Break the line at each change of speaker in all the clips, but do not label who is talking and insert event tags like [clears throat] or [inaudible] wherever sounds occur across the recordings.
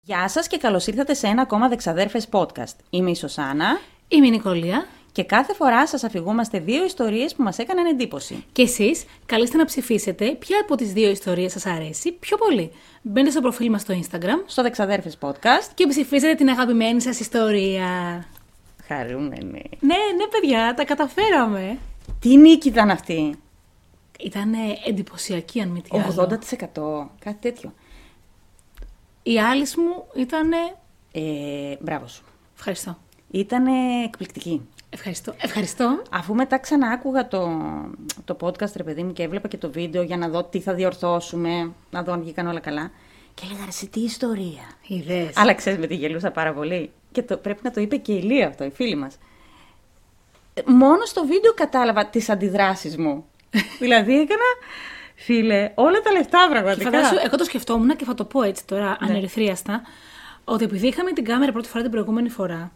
Γεια σας και καλώς ήρθατε σε ένα ακόμα Δεξαδέρφες podcast. Είμαι η Σωσάνα
Είμαι η Νικολία.
και κάθε φορά σας αφηγούμαστε δύο ιστορίες που μας έκαναν εντύπωση.
Και εσείς καλείστε να ψηφίσετε ποια από τις δύο ιστορίες σας αρέσει πιο πολύ. Μπαίνετε στο προφίλ μας στο Instagram
Στο Δεξαδέρφες podcast,
και ψηφίζετε την αγαπημένη σας ιστορία.
χαρούμενοι.
Ναι, ναι παιδιά, τα καταφέραμε.
Τι νίκη ήταν αυτή.
Ήταν εντυπωσιακή αν μη τι άλλο.
80% κάτι τέτοιο.
Η άλλη μου ήταν...
Ε, μπράβο σου.
Ευχαριστώ.
Ήταν εκπληκτική.
Ευχαριστώ. Ευχαριστώ.
Αφού μετά ξανά άκουγα το, το podcast, ρε παιδί μου, και έβλεπα και το βίντεο για να δω τι θα διορθώσουμε, να δω αν βγήκαν όλα καλά. Και έλεγα, ρε, εσύ τι ιστορία.
Ιδέες.
Αλλά ξέρεις με τη γελούσα πάρα πολύ. Και το, πρέπει να το είπε και η Λία αυτό, η φίλη μας. Μόνο στο βίντεο κατάλαβα τις αντιδράσεις
[laughs]
μου. δηλαδή έκανα. Φίλε, όλα τα λεφτά
Και
πραγματικά.
φαντάσου, εγώ το σκεφτόμουν και θα το πω έτσι τώρα,
Ναι.
ανερυθρίαστα, ότι επειδή είχαμε την κάμερα πρώτη φορά την προηγούμενη φορά,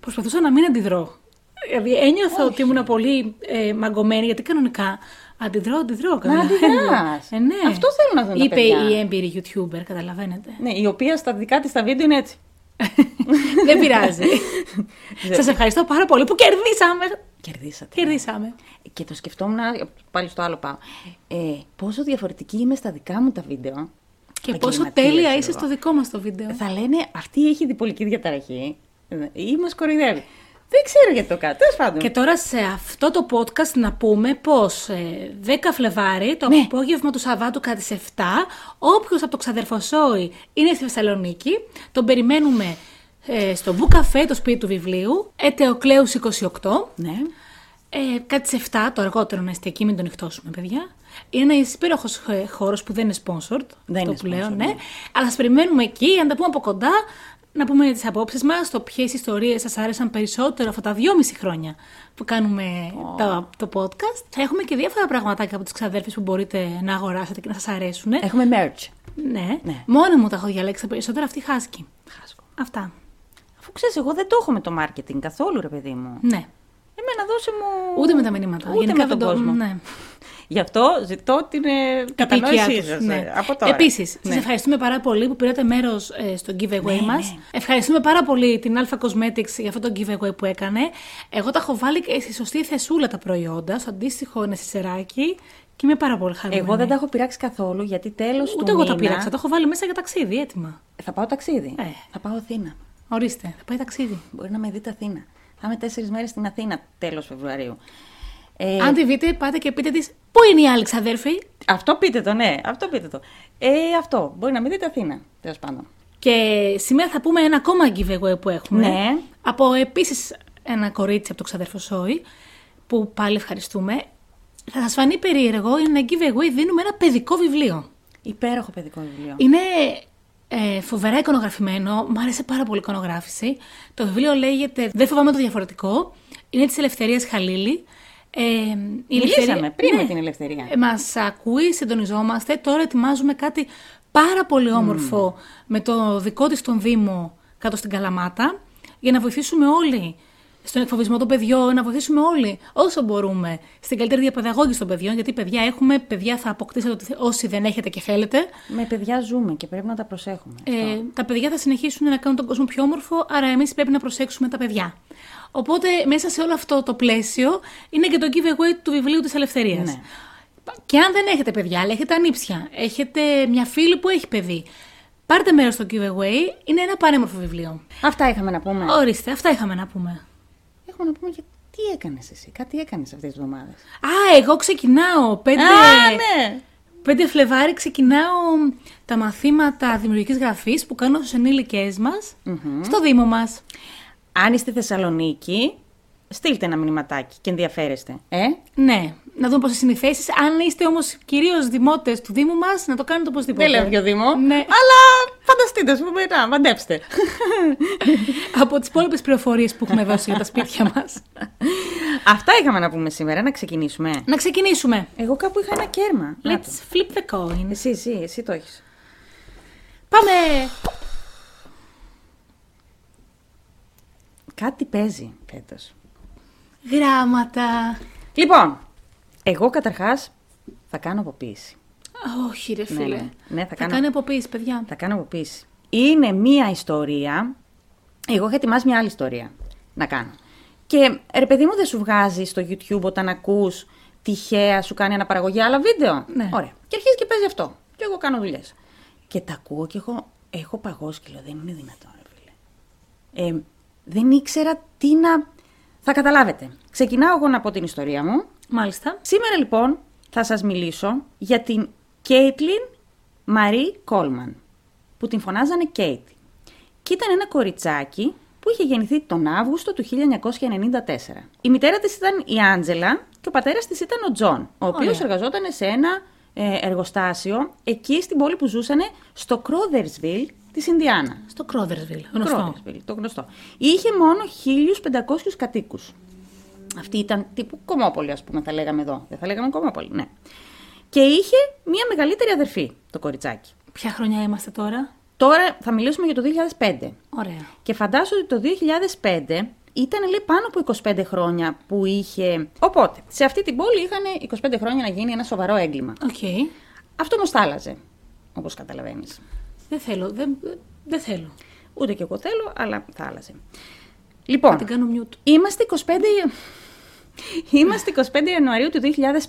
προσπαθούσα να μην αντιδρώ. Δηλαδή ένιωθα ότι ήμουν πολύ ε, μαγκωμένη, γιατί κανονικά αντιδρώ, αντιδρώ.
αντιδράς.
Ε, ναι.
Αυτό θέλουν να δουν τα
Είπε
παιδιά.
η έμπειρη YouTuber, καταλαβαίνετε. [laughs]
Ναι, η οποία στα δικά της τα βίντεο είναι έτσι.
Δεν πειράζει. Σας ευχαριστώ πάρα πολύ που κερδίσαμε.
Κερδίσατε.
Κερδίσαμε.
Και το σκεφτόμουν, πάλι στο άλλο πάω. Ε, πόσο διαφορετική είμαι στα δικά μου τα βίντεο.
Και πόσο
Επαγγελματίας
τέλεια
είμαι
είσαι
εγώ.
στο δικό μας το βίντεο.
Θα λένε αυτή έχει διπολική διαταραχή ή μας κοροϊδεύει. Δεν ξέρω γιατί το κάνει. Τέλος πάντων.
Και τώρα σε αυτό το podcast να πούμε πως ε, 10 Φλεβάρι, το
Ναι.
απόγευμα του Σαββάτου κατά τις 7, όποιος από το ξαδερφοσόι είναι στη Θεσσαλονίκη, τον περιμένουμε ε, στο Μπου Καφέ, το σπίτι του βιβλίου, Ετεοκλέους 28,
Ναι.
ε, κατά τις 7 το αργότερο να είστε εκεί, μην τον νυχτώσουμε παιδιά. Είναι ένας υπέροχος ε, χώρος που δεν είναι sponsored,
Δεν
το
είναι
που λέω,
sponsored,
ναι.
ναι.
Αλλά σας περιμένουμε εκεί, αν τα πούμε από κοντά, να πούμε τις απόψεις μας, το ποιες ιστορίες σας άρεσαν περισσότερο αυτά τα δυόμιση χρόνια που κάνουμε το, το podcast. Θα έχουμε και διάφορα πραγματάκια από τις ξαδέρφες που μπορείτε να αγοράσετε και να σας αρέσουν.
Έχουμε merch.
Ναι.
ναι.
Μόνο μου τα έχω διαλέξει τα περισσότερα, αυτή χάσκει. Αυτά.
Αφού ξέρεις, εγώ δεν το έχω με το marketing καθόλου, ρε παιδί μου.
Ναι.
Εμένα δώσε μου.
Ούτε με τα μηνύματα.
Ούτε
Γενικά
με τον
δεν το-
κόσμο.
Ναι.
Γι' αυτό ζητώ την ε, κατανόησή σα. ε, Από τώρα.
Επίσης,
Ναι.
σας ναι. ευχαριστούμε πάρα πολύ που πήρατε μέρος στο giveaway
Ναι,
μας.
ναι.
Ευχαριστούμε πάρα πολύ την Alpha Cosmetics για αυτό το giveaway που έκανε. Εγώ τα έχω βάλει και στη σωστή θεσούλα τα προϊόντα, στο αντίστοιχο νεσισεράκι και είμαι πάρα πολύ χαρούμενη.
Εγώ δεν τα έχω πειράξει καθόλου γιατί τέλος του.
ναι. Ούτε εγώ τα
μήνα
πήραξα. Τα έχω βάλει μέσα για ταξίδι, έτοιμα.
Θα πάω ταξίδι.
Ε.
Θα πάω Αθήνα.
Ορίστε, θα πάει ταξίδι.
Μπορεί να με δείτε Αθήνα. Θα είμαι τέσσερις μέρες στην Αθήνα τέλος Φεβρουαρίου. Ε,
Αν τη δείτε, πάτε και πείτε της πού είναι η άλλη ξαδέρφη.
Αυτό πείτε το, ναι. Αυτό πείτε το. Ε, αυτό. Μπορεί να με δείτε Αθήνα. Τέλος πάντων.
Και σήμερα θα πούμε ένα ακόμα giveaway που έχουμε.
Ναι.
Από επίσης ένα κορίτσι από το ξαδέρφο Σόι, που πάλι ευχαριστούμε. Θα σας φανεί περίεργο, είναι ένα giveaway, δίνουμε ένα παιδικό βιβλίο.
Υπέροχο παιδικό βιβλίο.
Είναι ε, φοβερά εικονογραφημένο, μου άρεσε πάρα πολύ η εικονογράφηση. Το βιβλίο λέγεται Δεν φοβάμαι το διαφορετικό. Είναι της Ελευθερίας Χαλίλη. Ε, η
Μιλήσαμε πριν
Ναι.
με την ελευθερία.
Ε, Μας ακούει, συντονιζόμαστε. Τώρα ετοιμάζουμε κάτι πάρα πολύ όμορφο
Mm.
με το δικό της τον Δήμο κάτω στην Καλαμάτα για να βοηθήσουμε όλοι στον εκφοβισμό των παιδιών, να βοηθήσουμε όλοι όσο μπορούμε στην καλύτερη διαπαιδαγώγηση των παιδιών, γιατί παιδιά έχουμε, παιδιά θα αποκτήσετε ότι θε- όσοι δεν έχετε και θέλετε.
Με παιδιά ζούμε και πρέπει να τα προσέχουμε.
Ε, τα παιδιά θα συνεχίσουν να κάνουν τον κόσμο πιο όμορφο, άρα εμείς πρέπει να προσέξουμε τα παιδιά. Οπότε μέσα σε όλο αυτό το πλαίσιο είναι και το giveaway του βιβλίου της ελευθερίας.
Ναι.
Και αν δεν έχετε παιδιά, αλλά έχετε ανήψια, έχετε μια φίλη που έχει παιδί, πάρτε μέρος στο giveaway, είναι ένα πανέμορφο βιβλίο.
Αυτά είχαμε να πούμε.
Ορίστε, αυτά είχαμε να πούμε.
Έχουμε να πούμε για τι έκανες εσύ, κάτι έκανες αυτές τις εβδομάδες.
Α, εγώ ξεκινάω.
Ε,
5,
ναι!
5 Φλεβάρι ξεκινάω τα μαθήματα δημιουργικής γραφής που κάνω στους ενήλικές μας, στο Δήμο μας.
Αν είστε Θεσσαλονίκη, στείλτε ένα μηνυματάκι και ενδιαφέρεστε. Ε,
Ναι, να δούμε πόσε είναι οι θέσεις. Αν είστε όμως κυρίως δημότες του Δήμου μας, να το κάνετε οπωσδήποτε.
δεν λέω για Δήμο,
Ναι.
αλλά φανταστείτε, ας πούμε, να μαντέψτε.
Από τις υπόλοιπες πληροφορίες που έχουμε δώσει για τα
[laughs]
σπίτια μας.
Αυτά είχαμε να πούμε σήμερα, να ξεκινήσουμε.
να ξεκινήσουμε.
Εγώ κάπου είχα ένα κέρμα. Να το.
Let's flip the coin.
Εσύ, εσύ, εσύ το έχεις.
Πάμε!
Κάτι παίζει φέτος.
Γράμματα.
Λοιπόν, εγώ καταρχάς θα κάνω αποποίηση.
Όχι, ρε φίλε.
ναι. Ναι, θα κάνω.
κάνει αποποίηση, παιδιά.
Θα κάνω αποποίηση. είναι μία ιστορία. Εγώ είχα ετοιμάσει μία άλλη ιστορία να κάνω. Και ε, ρε παιδί μου, δεν σου βγάζει στο YouTube όταν ακούς τυχαία σου κάνει αναπαραγωγή άλλα βίντεο.
Ναι.
Ωραία. Και αρχίζει και παίζει αυτό. Και εγώ κάνω δουλειές. Και τα ακούω και έχω, έχω παγώσει και λέω: Δεν είναι δυνατόν, ρε φίλε. Ε, δεν ήξερα τι να. Θα καταλάβετε. Ξεκινάω εγώ να πω την ιστορία μου.
Μάλιστα.
Σήμερα λοιπόν θα σας μιλήσω για την Κέιτλιν Μαρή Κόλμαν, που την φωνάζανε Κέιτ. Και ήταν ένα κοριτσάκι που είχε γεννηθεί τον Αύγουστο του 1994. Η μητέρα της ήταν η Άντζελα και ο πατέρας της ήταν ο Τζον, ο οποίος
Ωραία.
εργαζόταν σε ένα ε, εργοστάσιο εκεί στην πόλη που ζούσανε στο Κρόδερσβιλ της Ινδιάνα.
Στο Κρόδερσβιλ. Γνωστό.
Κρόκεσβιλ, το γνωστό. Είχε μόνο 1.500 κατοίκους. Αυτή ήταν τύπου κομμόπολη, ας πούμε, θα λέγαμε εδώ. Δεν θα λέγαμε κομμόπολη, ναι. Και είχε μία μεγαλύτερη αδερφή, το κοριτσάκι.
Ποια χρονιά είμαστε τώρα.
Τώρα θα μιλήσουμε για το 2005.
Ωραία.
Και φαντάζομαι ότι το 2005 ήταν λέει, πάνω από 25 χρόνια που είχε. Οπότε, σε αυτή την πόλη είχαν 25 χρόνια να γίνει ένα σοβαρό έγκλημα.
Οκ.
Αυτό όμως θα άλλαζε, όπως καταλαβαίνεις.
Δεν θέλω. Δεν, δεν θέλω.
Ούτε και εγώ θέλω, αλλά θα άλλαζε.
Θα
Λοιπόν,
την κάνω mute.
Είμαστε 25... Είμαστε 25 Ιανουαρίου του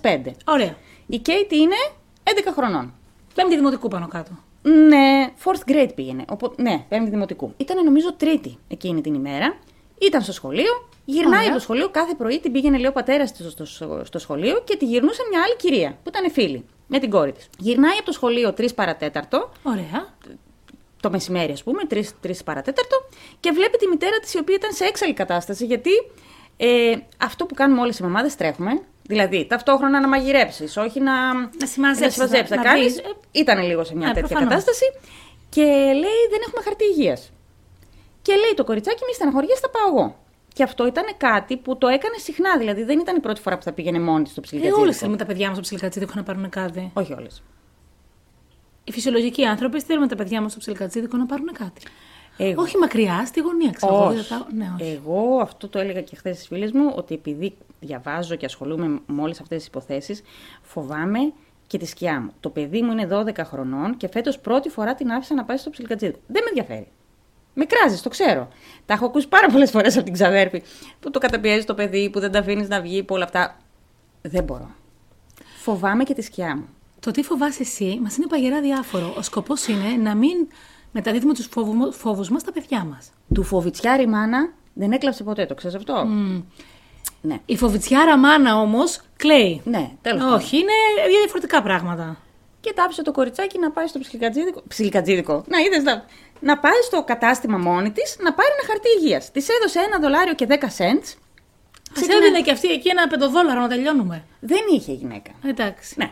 2005.
Ωραία.
Η Κέιτ είναι 11 χρονών.
Πέμπτη δημοτικού πάνω κάτω.
Ναι, fourth grade πήγαινε. Οπο... Ναι, πέμπτη δημοτικού. Ήταν νομίζω τρίτη εκείνη την ημέρα. Ήταν στο σχολείο. Γυρνάει
Ωραία.
από το σχολείο κάθε πρωί, την πήγαινε λέει ο πατέρας της στο, στο, στο σχολείο και τη γυρνούσε μια άλλη κυρία που ήταν φίλη με την κόρη της. Γυρνάει από το σχολείο 3 παρατέταρτο,
Ωραία.
το μεσημέρι, ας πούμε, 3, 3 παρατέταρτο, και βλέπει τη μητέρα της, η οποία ήταν σε έξαλλη κατάσταση, γιατί ε, αυτό που κάνουμε όλες οι μαμάδες τρέχουμε. Δηλαδή, ταυτόχρονα να μαγειρέψεις, όχι να.
Να συμμαζέψεις,
συμμαζέψεις,
να-
να
να
κάνεις.
δεις.
Ήταν λίγο σε μια
Ναι,
τέτοια
προφανώς.
κατάσταση. Και λέει, δεν έχουμε χαρτί υγείας. Και λέει το κοριτσάκι, μη στεναχωριέσαι, θα πάω εγώ. Και αυτό ήταν κάτι που το έκανε συχνά, δηλαδή δεν ήταν η πρώτη φορά που θα πήγαινε μόνη της στο
Ε,
ψυχιατρικό.
Όλες θέλουμε τα παιδιά μας στο ψιλικατσίδικο να πάρουν κάτι.
Όχι όλες.
Οι φυσιολογικοί άνθρωποι θέλουμε τα παιδιά μας στο ψιλικατσίδικο να πάρουν κάτι.
Εγώ-
Όχι μακριά, στη γωνία ξέρω. εγώ, δεν
Όχι. Ε.
τα- Ναι, όχι.
Εγώ αυτό το έλεγα και χθες στις φίλες μου, ότι επειδή διαβάζω και ασχολούμαι με όλες αυτές τις υποθέσεις, φοβάμαι και τη σκιά μου. Το παιδί μου είναι 12 χρονών και φέτος πρώτη φορά την άφησα να πάει στο ψιλικατζίδικο. Δεν με ενδιαφέρει. Με κράζεις, το ξέρω. Τα έχω ακούσει πάρα πολλές φορές από την ξαδέρφη που το καταπιέζει το παιδί, που δεν τα αφήνεις να βγει, που όλα αυτά. Δεν μπορώ. Φοβάμαι και τη σκιά μου.
Το τι φοβάσαι εσύ μας είναι παγερά διάφορο. Ο σκοπός είναι να μην μεταδίδουμε τους φόβου μας στα παιδιά μας.
Του φοβητσιάρη μάνα δεν έκλαψε ποτέ, το ξέρεις αυτό. Ναι.
Η φοβητσιάρα μάνα όμως κλαίει.
Ναι, τέλος
Όχι, είναι διαφορετικά πράγματα.
και τάψε το κοριτσάκι να πάει στο ψιλικατζίδικο. Ψιλικατζίδικο. Να είδες. Να... να πάει στο κατάστημα μόνη της να πάρει ένα χαρτί υγείας. Της έδωσε ένα δολάριο και 10 cents.
Σα έδινε και αυτή εκεί ένα πεντοδόλαρο να τελειώνουμε.
Δεν είχε η γυναίκα.
Εντάξει.
Ναι.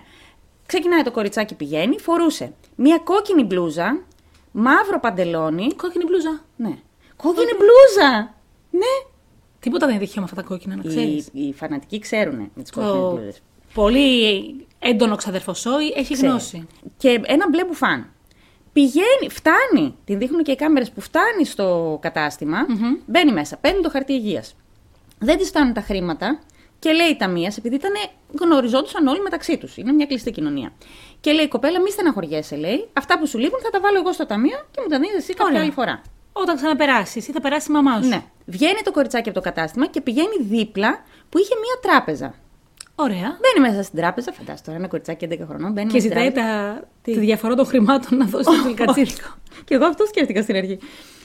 Ξεκινάει το κοριτσάκι, πηγαίνει, φορούσε μία κόκκινη μπλούζα, μαύρο παντελόνι.
Κόκκινη μπλούζα.
Ναι. Κόκκινη μπλούζα! Ναι.
Τίποτα δεν είναι τυχαίο με αυτά τα κόκκινα, να ξέρεις.
Οι, οι φανατικοί ξέρουν με τις κόκκινε
Το
μπλούζες.
πολύ έντονο ξαδερφοσόη έχει
Ξέρει.
γνώση.
Και ένα μπλε μπουφάν. Πηγαίνει, φτάνει. Την δείχνουν και οι κάμερες που φτάνει στο καταστημα Μπαίνει μέσα, παίρνει το χαρτί υγείας. Δεν της φτάνουν τα χρήματα και λέει η ταμεία, επειδή ήταν γνωριζόντουσαν όλοι μεταξύ τους. Είναι μια κλειστή κοινωνία. Και λέει: Κοπέλα, μη στεναχωριέσαι, λέει. Αυτά που σου λείπουν θα τα βάλω εγώ στο ταμείο και μου τα δίνεις εσύ κάποια
Ωραία.
άλλη φορά.
Όταν ξαναπεράσεις ή θα περάσει η μαμά σου.
Ναι. Βγαίνει το κοριτσάκι από το κατάστημα και πηγαίνει δίπλα που είχε μία τράπεζα.
Ωραία.
Μπαίνει μέσα στην τράπεζα, φαντάζομαι τώρα ένα κοριτσάκι 11 χρονών. Μπαίνει
Και
μέσα στην τράπεζα.
ζητάει τα... τη διαφορά των χρημάτων να δώσει στο φιλικατσίδικο.
Και εγώ αυτό σκέφτηκα στην αρχή.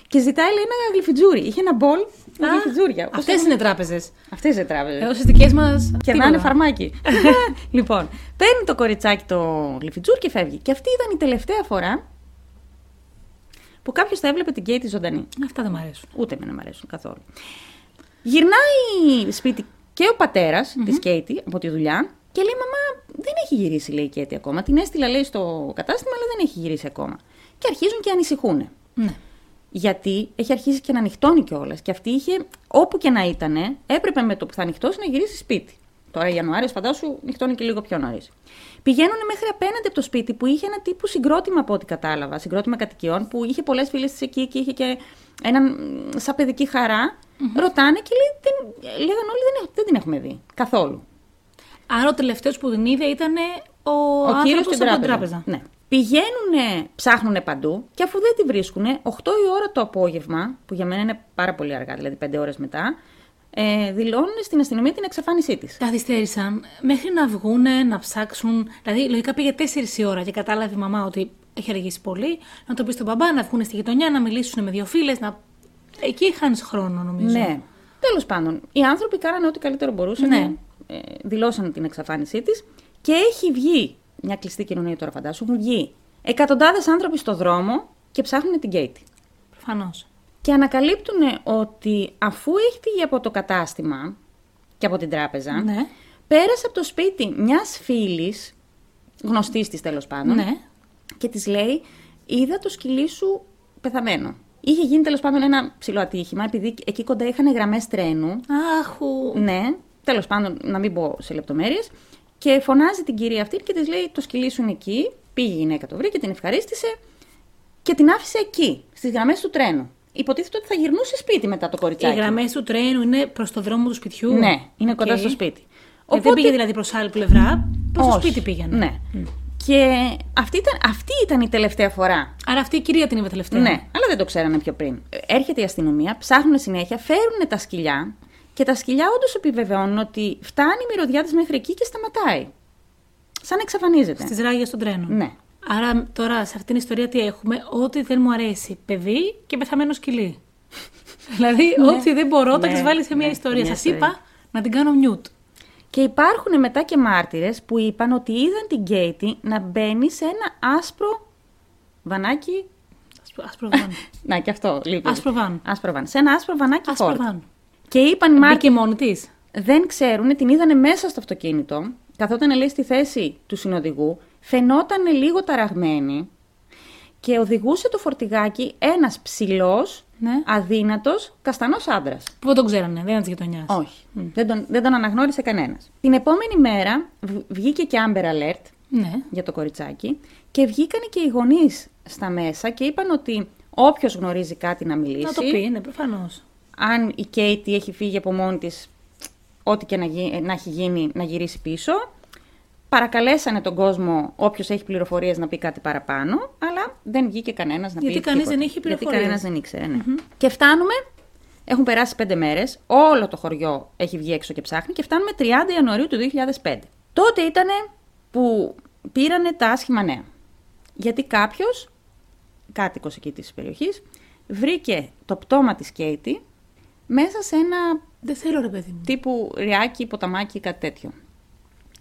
Και ζητάει, λέει, ένα γλυφιτζούρι. Είχε ένα μπολ [laughs] με γλυφιτζούρια.
Αυτές είναι Ε, τράπεζες.
Αυτές οι τράπεζε.
Εδώ στι δικές μας.
Και να είναι φαρμάκι. λοιπόν, παίρνει το κοριτσάκι το γλυφιτζούρι και φεύγει. Και αυτή ήταν η τελευταία φορά που κάποιος θα έβλεπε την Κέιτη ζωντανή.
Αυτά δεν μ' αρέσουν.
Ούτε εμένα μου αρέσουν καθόλου. Γυρνάει σπίτι και ο πατερα τη Κέιτη από τη δουλειά και λέει: Μαμά, δεν έχει γυρίσει, λέει η Κέιτη ακόμα. Την έστειλα, λέει, στο κατάστημα, αλλά δεν έχει γυρίσει ακόμα. Και αρχίζουν και ανησυχούν.
Ναι.
Γιατί έχει αρχίσει και να ανοιχτώνει κιόλας. Και αυτή είχε, όπου και να ήταν, έπρεπε με το που θα ανοιχτώσει να γυρίσει σπίτι. Τώρα Ιανουάριος, φαντάσου, νυχτώνει και λίγο πιο νωρίς. Πηγαίνουν μέχρι απέναντι από το σπίτι που είχε ένα τύπου συγκρότημα, από ό,τι κατάλαβα. Συγκρότημα κατοικιών που είχε πολλές φίλες της εκεί και είχε και έναν μ, σαν παιδική χαρά. Ρωτάνε και λέει, δεν, λέγαν όλοι δεν, έχ- δεν την έχουμε δει καθόλου.
Άρα ο τελευταίος που την είδε ήταν ο,
Ο,
ο
κύριος
άνθρωπος
στην
από την
τράπεζα.
τράπεζα.
Ναι. Πηγαίνουν, ψάχνουν παντού και αφού δεν τη βρίσκουν, 8 η ώρα το απόγευμα, που για μένα είναι πάρα πολύ αργά, δηλαδή 5 ώρες μετά, ε, δηλώνουν στην αστυνομία την εξαφάνισή της.
Καθυστέρησαν μέχρι να βγούνε, να ψάξουν. Δηλαδή, λογικά πήγε 4 η ώρα και κατάλαβε η μαμά ότι έχει αργήσει πολύ. Να το πει στον μπαμπά, να βγουν στη γειτονιά, να μιλήσουν με δύο φίλες. Να... Εκεί χάνει χρόνο, νομίζω.
Ναι. Τέλος πάντων, οι άνθρωποι κάνανε ό,τι καλύτερο μπορούσαν.
Ναι.
Ε, δηλώσαν την εξαφάνισή της και έχει βγει. Μια κλειστή κοινωνία τώρα, φαντάσου. Έχουν βγει εκατοντάδες άνθρωποι στο δρόμο και ψάχνουν την Κέιτη.
Προφανώς.
Και ανακαλύπτουν ότι αφού έχει φύγει από το κατάστημα και από την τράπεζα,
Ναι.
πέρασε από το σπίτι μιας φίλης, γνωστής της τέλος πάντων,
Ναι.
και της λέει: Είδα το σκυλί σου πεθαμένο. Είχε γίνει τέλος πάντων ένα ψηλό ατύχημα, επειδή εκεί κοντά είχαν γραμμές τρένου.
Άχου.
Ναι, τέλος πάντων, να μην πω σε λεπτομέρειες. Και φωνάζει την κυρία αυτή και της λέει: Το σκυλί σου είναι εκεί. Πήγε η γυναίκα, το βρήκε, την ευχαρίστησε και την άφησε εκεί, στις γραμμές του τρένου. Υποτίθεται ότι θα γυρνούσε σπίτι μετά το
Οι
κοριτσάκι.
γραμμές του τρένου είναι προς το δρόμο του σπιτιού.
Ναι, είναι
Οκ.
κοντά στο σπίτι.
Ε, Δεν πήγε δηλαδή προς άλλη πλευρά. Προς το
Όχι.
σπίτι πήγαινε. Mm.
Ναι. Και αυτή ήταν, αυτή ήταν η τελευταία φορά.
Άρα αυτή η κυρία την είπε τελευταία.
Ναι, αλλά δεν το ξέρανε πιο πριν. Ε, Έρχεται η αστυνομία, ψάχνουν συνέχεια, φέρουν τα σκυλιά και τα σκυλιά όντως επιβεβαιώνουν ότι φτάνει η μυρωδιά της μέχρι εκεί και σταματάει. Σαν να εξαφανίζεται.
Στις ράγες των τρένων.
Ναι.
Άρα τώρα σε αυτήν την ιστορία τι έχουμε, ό,τι δεν μου αρέσει. Παιδί και πεθαμένος σκυλί.
[laughs]
δηλαδή, ό,τι δεν μπορώ, τα
Ναι,
ξεβάλει σε μια
ναι, μια
ιστορία. Σας
ιστορία.
είπα να την κάνω μιούτ.
Και υπάρχουν μετά και μάρτυρες που είπαν ότι είδαν την Γκέιτι να μπαίνει σε ένα άσπρο βανάκι. [laughs]
Α προβάνω.
Να και αυτό λίγο.
Άσπρο βαν.
Άσπρο βαν. Σε ένα άσπρο βανάκι
Α
Ford.
προβάνω.
Και είπαν οι μάρτυρες
Μπήκε μόνη της.
δεν ξέρουν, την είδανε μέσα στο αυτοκίνητο, καθόταν λέει στη θέση του συνοδηγού, φαινόταν λίγο ταραγμένη και οδηγούσε το φορτηγάκι ένας ψηλός,
Ναι.
αδύνατος, καστανός άντρας.
Που δεν τον ξέρανε, δεν ήταν της γειτονιάς.
Όχι, δεν, τον, δεν τον αναγνώρισε κανένας. Την επόμενη μέρα β- βγήκε και Amber Alert
Ναι.
για το κοριτσάκι και βγήκαν και οι γονείς στα μέσα και είπαν ότι όποιος γνωρίζει κάτι να μιλήσει,
Να το πει, ναι, προφανώς.
αν η Κέιτι έχει φύγει από μόνη της, ό,τι και να, γι- να έχει γίνει, να γυρίσει πίσω. Παρακαλέσανε τον κόσμο, όποιος έχει πληροφορίες, να πει κάτι παραπάνω, αλλά δεν βγήκε κανένας να πει
Γιατί κανείς
τίποτα.
δεν είχε πληροφορίες.
Γιατί κανένας δεν ήξερε, ναι. Και φτάνουμε, έχουν περάσει πέντε μέρες, όλο το χωριό έχει βγει έξω και ψάχνει και φτάνουμε 30 Ιανουαρίου του 2005. Τότε ήτανε που πήρανε τα άσχημα νέα. Γιατί κάποιος κάτοικος εκεί της περιοχής, βρήκε το πτώμα της Κέιτι μέσα σε ένα
Δεν θέλω, ρε παιδί μου.
τύπου ριάκι, ποταμάκι, κάτι τέτοιο.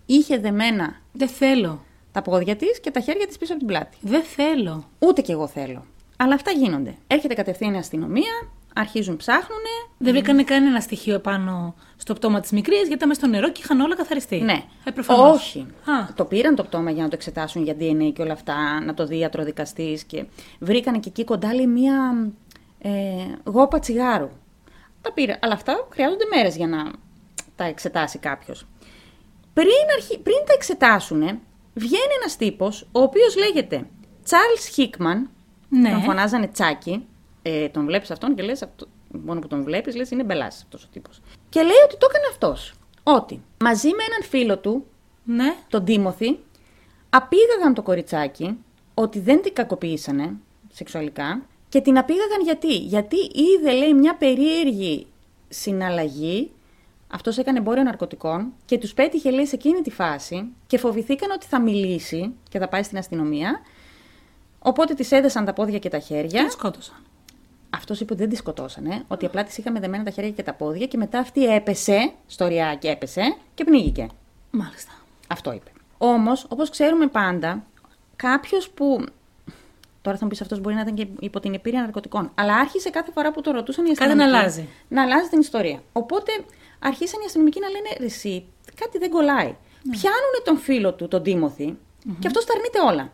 Είχε δεμένα
Δεν θέλω.
τα πόδια της και τα χέρια της πίσω από την πλάτη.
Δεν θέλω.
Ούτε κι εγώ θέλω. Αλλά αυτά γίνονται. Έρχεται κατευθείαν η αστυνομία, αρχίζουν ψάχνουνε.
Δεν βρήκανε κανένα στοιχείο επάνω στο πτώμα της μικρής γιατί ήταν μέσα στο νερό και είχαν όλα καθαριστεί.
Ναι.
Ε, προφανώς.
Όχι.
Α,
Το πήραν το πτώμα για να το εξετάσουν για DNA και όλα αυτά, να το δει ιατροδικαστής. Και βρήκαν και εκεί κοντά λέει, μία ε, γόπα τσιγάρου. Τα πήρα. Αλλά αυτά χρειάζονται μέρες για να τα εξετάσει κάποιος. Πριν, αρχι... πριν τα εξετάσουν, βγαίνει ένας τύπος, ο οποίος λέγεται Charles Hickman.
Ναι.
Τον φωνάζανε Τσάκι. Ε, τον βλέπεις αυτόν και λες. Μόνο που τον βλέπεις, λες είναι μπελάς αυτός ο τύπος. Και λέει ότι το έκανε αυτός. Ότι μαζί με έναν φίλο του,
ναι.
τον Τίμωθη, απήγαγαν το κοριτσάκι ότι δεν την κακοποίησανε σεξουαλικά και την απήγαγαν γιατί. Γιατί είδε, λέει, μια περίεργη συναλλαγή. Αυτός έκανε εμπόριο ναρκωτικών και τους πέτυχε, λέει, σε εκείνη τη φάση και φοβηθήκαν ότι θα μιλήσει και θα πάει στην αστυνομία. Οπότε τη έδεσαν τα πόδια και τα χέρια.
Την σκότωσαν.
Αυτός είπε ότι δεν τη σκοτώσανε, ότι απλά τη είχαμε δεμένα τα χέρια και τα πόδια και μετά αυτή έπεσε, στο ριάκι έπεσε και πνίγηκε.
Μάλιστα.
Αυτό είπε. Όμως, όπως ξέρουμε πάντα, κάποιος που. Τώρα θα μου πεις αυτός μπορεί να ήταν και υπό την επίρρρεια ναρκωτικών. Αλλά άρχισε κάθε φορά που το ρωτούσαν οι
Κάτι να
αστυνομικοί.
αλλάζει.
Να αλλάζει την ιστορία. Οπότε αρχίσαν οι αστυνομικοί να λένε «Ρε εσύ, κάτι δεν κολλάει. Πιάνουν τον φίλο του, τον τιμωθη και αυτός τα αρνείται όλα.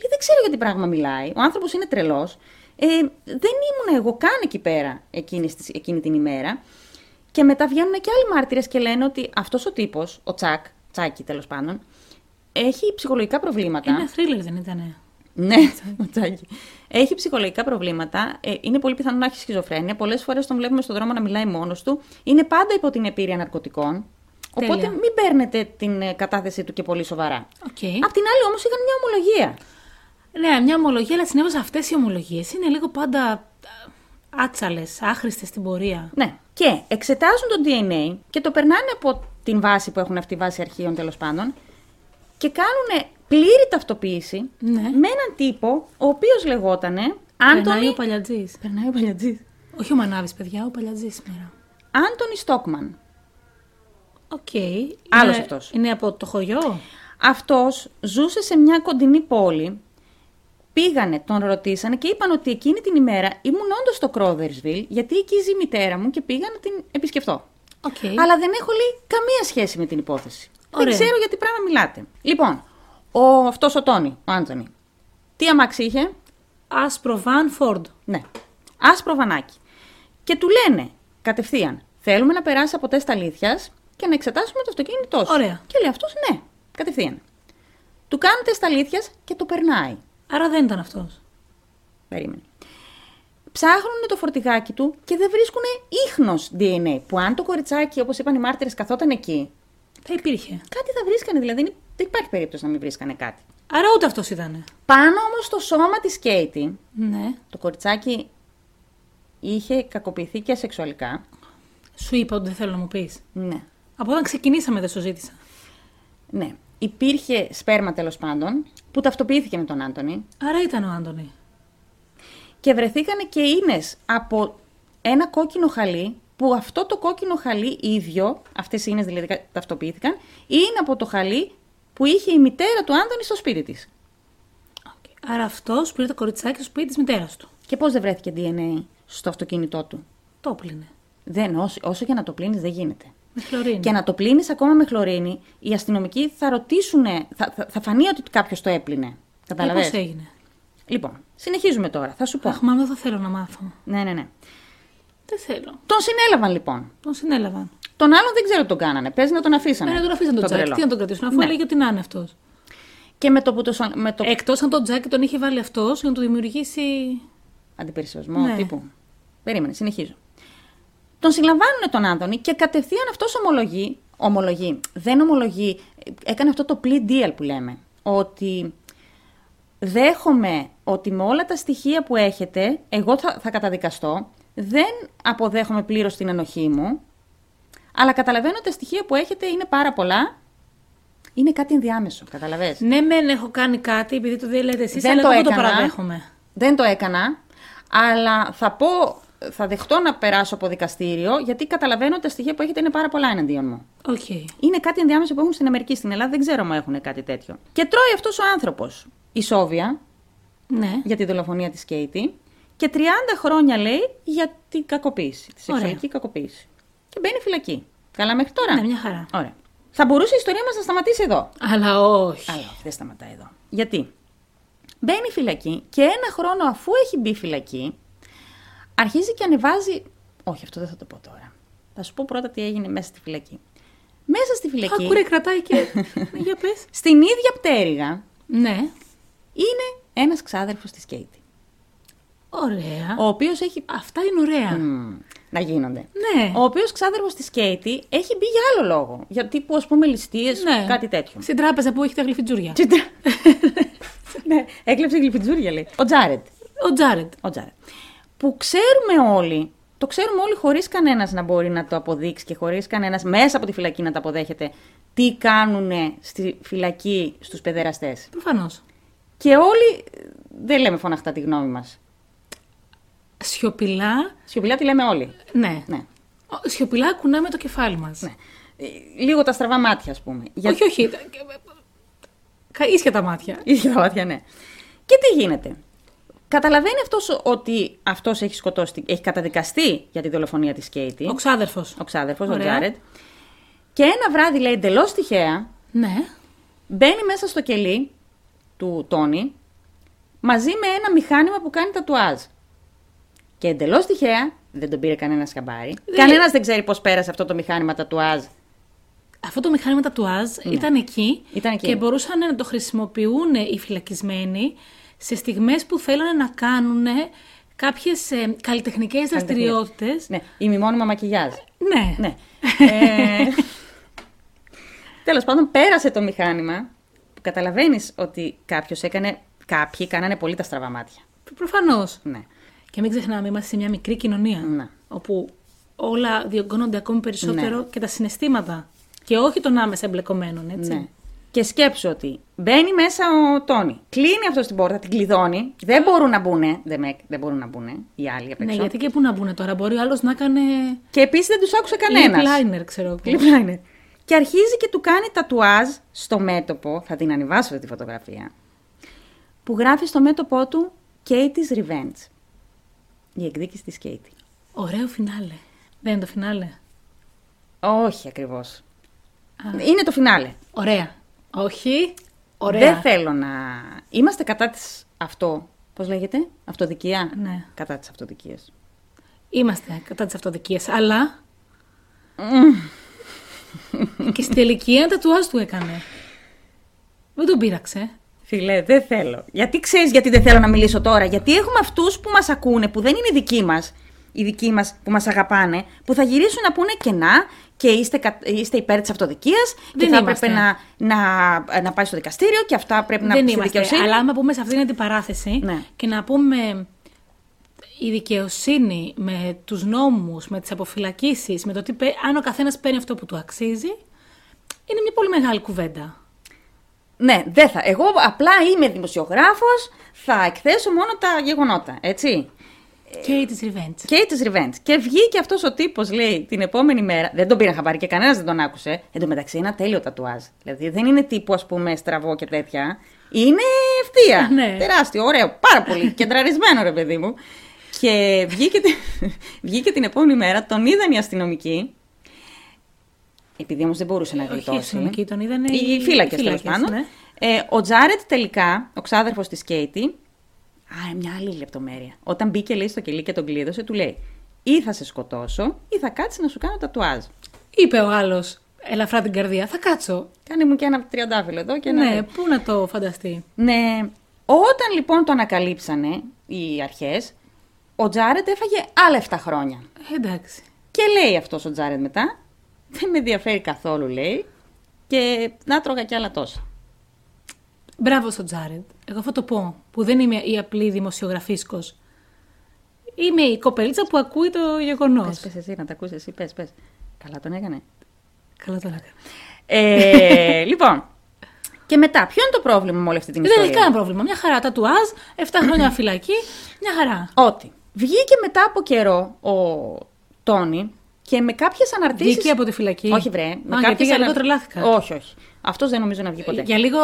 Λέει, δεν ξέρω για τι πράγμα μιλάει. Ο άνθρωπος είναι τρελός. Ε, δεν ήμουν εγώ καν εκεί πέρα εκείνης, στις- εκείνη την ημέρα. Και μετά βγαίνουν και άλλοι μάρτυρες και λένε ότι αυτός ο τύπος, ο Τσακ, Τσάκι τέλος πάντων, έχει ψυχολογικά προβλήματα.
Ένα θρίλερ δεν ήταν.
Ναι, [laughs] ο Τσάκη. Έχει ψυχολογικά προβλήματα. ε, είναι πολύ πιθανό να έχει σχιζοφρένεια. Πολλές φορές τον βλέπουμε στον δρόμο να μιλάει μόνος του. Είναι πάντα υπό την επίρρρεια ναρκωτικών.
Τέλεια.
Οπότε μην παίρνετε την ε, κατάθεσή του και πολύ σοβαρά.
Οκ.
Απ' την άλλη όμως είχαν μια ομολογία.
Ναι, μια ομολογία, αλλά συνέβη αυτές οι ομολογίες είναι λίγο πάντα άτσαλες, άχρηστες στην πορεία.
Ναι. Και εξετάζουν το DNA και το περνάνε από την βάση που έχουν αυτή η βάση αρχείων τέλος πάντων και κάνουν πλήρη ταυτοποίηση
Ναι.
με έναν τύπο ο οποίος λεγότανε
Περνάει
Άντωνη.
ο παλιατζής.
Περνάει ο Παλιατζής.
Όχι ο Μανάβης, παιδιά, ο παλιατζής σήμερα.
Άντωνη Στόκμαν.
Οκ.
Άλλος
Είναι-
αυτός.
Είναι από το χωριό.
Αυτός ζούσε σε μια κοντινή πόλη. Πήγανε, τον ρωτήσανε και είπαν ότι εκείνη την ημέρα ήμουν όντως στο Κρόδερσβιλ, γιατί εκεί ζει η μητέρα μου και πήγα να την επισκεφτώ.
Οκ.
Αλλά δεν έχω λέει καμία σχέση με την υπόθεση.
Ε. Ωραία.
Δεν ξέρω για τι πράγμα μιλάτε. Λοιπόν, ο, αυτός ο Τόνι, ο Άντωνη, τι αμάξι είχε,
Άσπρο Βαν Φόρντ.
ναι, άσπρο βανάκι. Και του λένε κατευθείαν, θέλουμε να περάσει από τεστ αλήθειας και να εξετάσουμε το αυτοκίνητό σου.
Ωραία.
Και λέει αυτός, ναι, κατευθείαν. Του κάνουν τεστ αλήθειας και το περνάει.
Άρα δεν ήταν αυτός.
Περίμενε. Ψάχνουν το φορτηγάκι του και δεν βρίσκουν ίχνος DNA. Που αν το κοριτσάκι, όπως είπαν οι μάρτυρες, καθόταν εκεί,
Θα υπήρχε.
κάτι θα βρίσκανε. Δηλαδή είναι- δεν υπάρχει περίπτωση να μην βρίσκανε κάτι.
Άρα ούτε αυτός ήταν.
Πάνω όμως στο σώμα της Κέιτι,
Ναι.
το κοριτσάκι είχε κακοποιηθεί και σεξουαλικά.
Σου είπα ότι δεν θέλω να μου πεις.
Ναι.
Από όταν ξεκινήσαμε δεν σου ζήτησα.
Ναι. Υπήρχε σπέρμα τέλος πάντων που ταυτοποιήθηκε με τον Άντωνη
Άρα ήταν ο Άντωνη.
και βρεθήκανε και ίνες από ένα κόκκινο χαλί που αυτό το κόκκινο χαλί ίδιο, αυτές οι ίνες δηλαδή κα- ταυτοποιήθηκαν, είναι από το χαλί που είχε η μητέρα του Άντωνη στο σπίτι της.
Οκ. Άρα αυτός πήρε το κοριτσάκι στο σπίτι της μητέρας του.
Και πώς δεν βρέθηκε DNA στο αυτοκίνητό του.
Το πλύνε.
Δεν, όσο, όσο και να το πλύνεις δεν γίνεται.
Με χλωρίνη.
Και να το πλύνεις ακόμα με χλωρίνη, οι αστυνομικοί θα ρωτήσουν, θα, θα, θα φανεί ότι κάποιος το έπλυνε.
Ε,
Καταλαβαίνετε.
πώς έγινε.
Λοιπόν, συνεχίζουμε τώρα, θα σου πω.
Αχ, μάλλον δεν θέλω να μάθω.
Ναι, ναι, ναι.
Δεν θέλω.
Τον συνέλαβαν λοιπόν.
Τον συνέλαβαν.
Τον άλλον δεν ξέρω τι τον κάνανε. Πες να τον αφήσανε.
Ναι, να τον αφήσαν τον Τζάκι.
τρελό.
Τι να τον κρατήσουν, αφού
Ναι.
έλεγε Ε, ότι να είναι αυτό.
Και με το που το. σαν- Με το...
Εκτός αν τον Τζάκι τον είχε βάλει αυτός για να του δημιουργήσει.
Αντιπερισιασμό
Ναι.
τύπου. Περίμενε, συνεχίζω. Τον συλλαμβάνουν τον Άντωνη και κατευθείαν αυτός ομολογεί. Ομολογεί. Δεν ομολογεί. Έκανε αυτό το plea deal που λέμε. Ότι δέχομαι ότι με όλα τα στοιχεία που έχετε, εγώ θα, θα καταδικαστώ. Δεν αποδέχομαι πλήρως την ενοχή μου. Αλλά καταλαβαίνω ότι τα στοιχεία που έχετε είναι πάρα πολλά. Είναι κάτι ενδιάμεσο, καταλαβες.
Ναι, μεν έχω κάνει κάτι επειδή το δεν λέτε εσείς,
Δεν
αλλά
το
εγώ δεν το
έκανα.
παραδέχομαι.
Δεν το έκανα, αλλά θα πω, θα δεχτώ να περάσω από δικαστήριο, γιατί καταλαβαίνω ότι τα στοιχεία που έχετε είναι πάρα πολλά εναντίον μου.
Οκ.
Είναι κάτι ενδιάμεσο που έχουν στην Αμερική, στην Ελλάδα δεν ξέρω αν έχουν κάτι τέτοιο. Και τρώει αυτός ο άνθρωπος η Σόβια
Ναι.
για τη δολοφονία της Κέιτι και 30 χρόνια λέει για την κακοποίηση, τη
Ωραία.
σεξουαλική κακοποίηση. Και μπαίνει φυλακή. Καλά μέχρι τώρα.
Ναι, μια χαρά.
Ωραία. Θα μπορούσε η ιστορία μας να σταματήσει εδώ.
Αλλά όχι.
Αλλά όχι, δεν σταματάει εδώ. Γιατί μπαίνει φυλακή και ένα χρόνο αφού έχει μπει φυλακή, αρχίζει και ανεβάζει. Όχι, αυτό δεν θα το πω τώρα. Θα σου πω πρώτα τι έγινε μέσα στη φυλακή. Μέσα στη φυλακή,
Ακούρε, κρατάει και.
[laughs]
Ναι, για πες.
στην ίδια πτέρυγα,
Ναι.
είναι ένας ξάδερφος της Κέιτη.
Ωραία.
Ο οποίος έχει.
Αυτά είναι ωραία.
Μμμ, να γίνονται.
Ναι.
Ο οποίος ξάδερφος της Κέιτη έχει μπει για άλλο λόγο. Για τύπου, ας πούμε, ληστείες,
Ναι.
κάτι τέτοιο.
Στην τράπεζα που έχει τα γλυφιτζούρια.
Κοίτα. [laughs] ναι, έκλεψε γλυφιτζούρια, λέει. Ο Τζάρετ.
Ο Τζάρετ.
ο Τζάρετ. Που ξέρουμε όλοι, το ξέρουμε όλοι χωρίς κανένας να μπορεί να το αποδείξει και χωρίς κανένας μέσα από τη φυλακή να τα αποδέχεται, τι κάνουν στη φυλακή στους παιδεραστές.
Προφανώς.
Και όλοι ε, δεν λέμε φωναχτά τη γνώμη μας.
Σιωπηλά.
Σιωπηλά τη λέμε όλοι.
Ναι.
Ναι.
Ο- Σιωπηλά κουνάμε το κεφάλι μας.
ναι. Ε, Λίγο τα στραβά μάτια, ας πούμε. Για- [laughs]
Όχι, όχι. Κα- Ίσια τα μάτια.
Ίδια τα μάτια, ναι. Και τι γίνεται. Καταλαβαίνει αυτός ότι αυτός έχει σκοτώσει, έχει καταδικαστεί για τη δολοφονία της Κέιτι.
Ο ξάδερφος.
ο ξάδερφος, ο
Ωραία.
Τζάρετ. Και ένα βράδυ, λέει, εντελώς τυχαία,
Ναι.
μπαίνει μέσα στο κελί του Τόνι μαζί με ένα μηχάνημα που κάνει τατουάζ. Και εντελώς τυχαία, δεν τον πήρε κανένας χαμπάρι.
Δεν-
Κανένας δεν ξέρει πώς πέρασε αυτό το μηχάνημα τατουάζ.
Αυτό το μηχάνημα τατουάζ ήταν, εκεί
Ναι. Ήταν εκεί.
και μπορούσαν να το χρησιμοποιούν οι φυλακισμένοι σε στιγμές που θέλανε να κάνουν κάποιες ε, καλλιτεχνικές δραστηριότητες.
Ναι, η μημόνιμα μακιγιάζ.
Ναι. [laughs]
ναι. ε, Τέλος πάντων, πέρασε το μηχάνημα που καταλαβαίνεις ότι κάποιος έκανε Κάποιοι κάνανε πολύ τα στραβά μάτια.
Προφανώς.
Ναι.
Και μην ξεχνάμε, είμαστε σε μια μικρή κοινωνία.
Ναι.
Όπου όλα διωγγώνονται ακόμη περισσότερο και τα συναισθήματα. Και όχι των άμεσα εμπλεκομένων, έτσι.
ναι. Και σκέψου ότι μπαίνει μέσα ο Τόνι. Κλείνει αυτό την πόρτα, την κλειδώνει. Δεν μπορούν να μπουν. Δεν, με- δεν μπορούν να μπουν οι άλλοι απ'
Ναι,
έξω.
γιατί και πού να μπουν τώρα. Μπορεί ο άλλος να έκανε.
Και επίσης δεν τους άκουσε κανένας.
lip liner, ξέρω εγώ.
Lip liner. Και αρχίζει και του κάνει τατουάζ στο μέτωπο. Θα την ανεβάσω αυτή τη φωτογραφία. Που γράφει στο μέτωπό του Katie's Revenge. Η εκδίκηση της Katie.
Ωραίο φινάλε. Δεν είναι το φινάλε.
Όχι ακριβώς. Είναι το φινάλε.
Ωραία. Όχι. Ωραία.
Δεν θέλω να. Είμαστε κατά της αυτό. Πώς λέγεται, Αυτοδικία.
Ναι.
Κατά της αυτοδικίας.
Είμαστε κατά τι αυτοδικίε, αλλά.
Mm.
και στη τελική ένα τατουάζ του έκανε. Δεν τον πείραξε.
Φιλέ, δεν θέλω. Γιατί ξέρεις γιατί δεν θέλω να μιλήσω τώρα. Γιατί έχουμε αυτούς που μας ακούνε, που δεν είναι δικοί μας, οι δικοί μας που μας αγαπάνε, που θα γυρίσουν να πούνε και να και είστε, κα- είστε υπέρ της αυτοδικία και
Δεν
θα
είμαστε.
έπρεπε να, να, να πάει στο δικαστήριο και αυτά πρέπει να
δεν
πει στη
είμαστε.
δικαιοσύνη.
Αλλά άμα πούμε σε αυτήν την αντιπαράθεση
Ναι.
και να πούμε η δικαιοσύνη με τους νόμους, με τις αποφυλακίσεις, με το τι πέ- αν ο καθένας παίρνει αυτό που του αξίζει, είναι μια πολύ μεγάλη κουβέντα.
Ναι, δεν θα. Εγώ απλά είμαι δημοσιογράφος, θα εκθέσω μόνο τα γεγονότα. Έτσι. Ε.
Και της revenge.
Και της Revenge. Και βγήκε αυτός ο τύπος, λέει, την επόμενη μέρα. Δεν τον πήραν χαμπάρι και κανένας δεν τον άκουσε. Εν τω μεταξύ, είναι ένα τέλειο τατουάζ. Δηλαδή δεν είναι τύπου, ας πούμε, στραβό και τέτοια. Είναι ευθεία.
[laughs] Ναι.
Τεράστιο, ωραίο. Πάρα πολύ. Κεντραρισμένο, ρε παιδί μου. Και βγήκε, την... [laughs] βγήκε την επόμενη μέρα, τον είδαν οι αστυνομικοί. Επειδή όμως δεν μπορούσε να
Όχι, οι
γλιτώσει.
αστυνομικοί τον είδανε οι-
Οι
οι
φύλακες τέλος
φύλακες,
πάντων.
ναι.
Ε, ο Τζάρετ τελικά, ο ξάδερφος της Κέιτι, Α, μια άλλη λεπτομέρεια. Όταν μπήκε λέει στο κελί και τον κλείδωσε, του λέει ή θα σε σκοτώσω ή θα κάτσεις να σου κάνω τατουάζ.
Είπε ο άλλος, ελαφρά την καρδιά, θα κάτσω.
Κάνε μου και ένα τριαντάφυλλο εδώ και ένα...
ναι, πού να το φανταστεί.
ναι. Όταν λοιπόν το ανακαλύψανε οι αρχές, ο Τζάρετ έφαγε άλλα 7 χρόνια.
Ε, εντάξει.
Και λέει αυτός ο Τζάρετ μετά, δεν με ενδιαφέρει καθόλου λέει και να τρώγα κι άλλα τόσα.
Μπράβο στον Τζάρεντ. Εγώ θα το πω, που δεν είμαι η απλή δημοσιογραφίσκος. Είμαι η κοπελίτσα που ακούει το γεγονός.
Πες, πες εσύ να τα ακούσεις εσύ, πες, πες. Καλά τον έκανε.
Καλά το έκανα.
Ε, [laughs] λοιπόν, και μετά, ποιο είναι το πρόβλημα με όλη αυτή την
Δεν
ιστορία.
έχει κανένα πρόβλημα. Μια χαρά. Τατουάζ, 7
[clears throat]
χρόνια φυλακή, μια χαρά.
Ότι βγήκε μετά από καιρό ο Τόνι και με κάποιες αναρτήσεις.
Βγήκε από τη φυλακή.
Όχι, βρέ.
Με Α, γιατί για λίγο τρελάθηκα.
Όχι, όχι. Αυτός δεν νομίζω να βγει ποτέ.
Για λίγο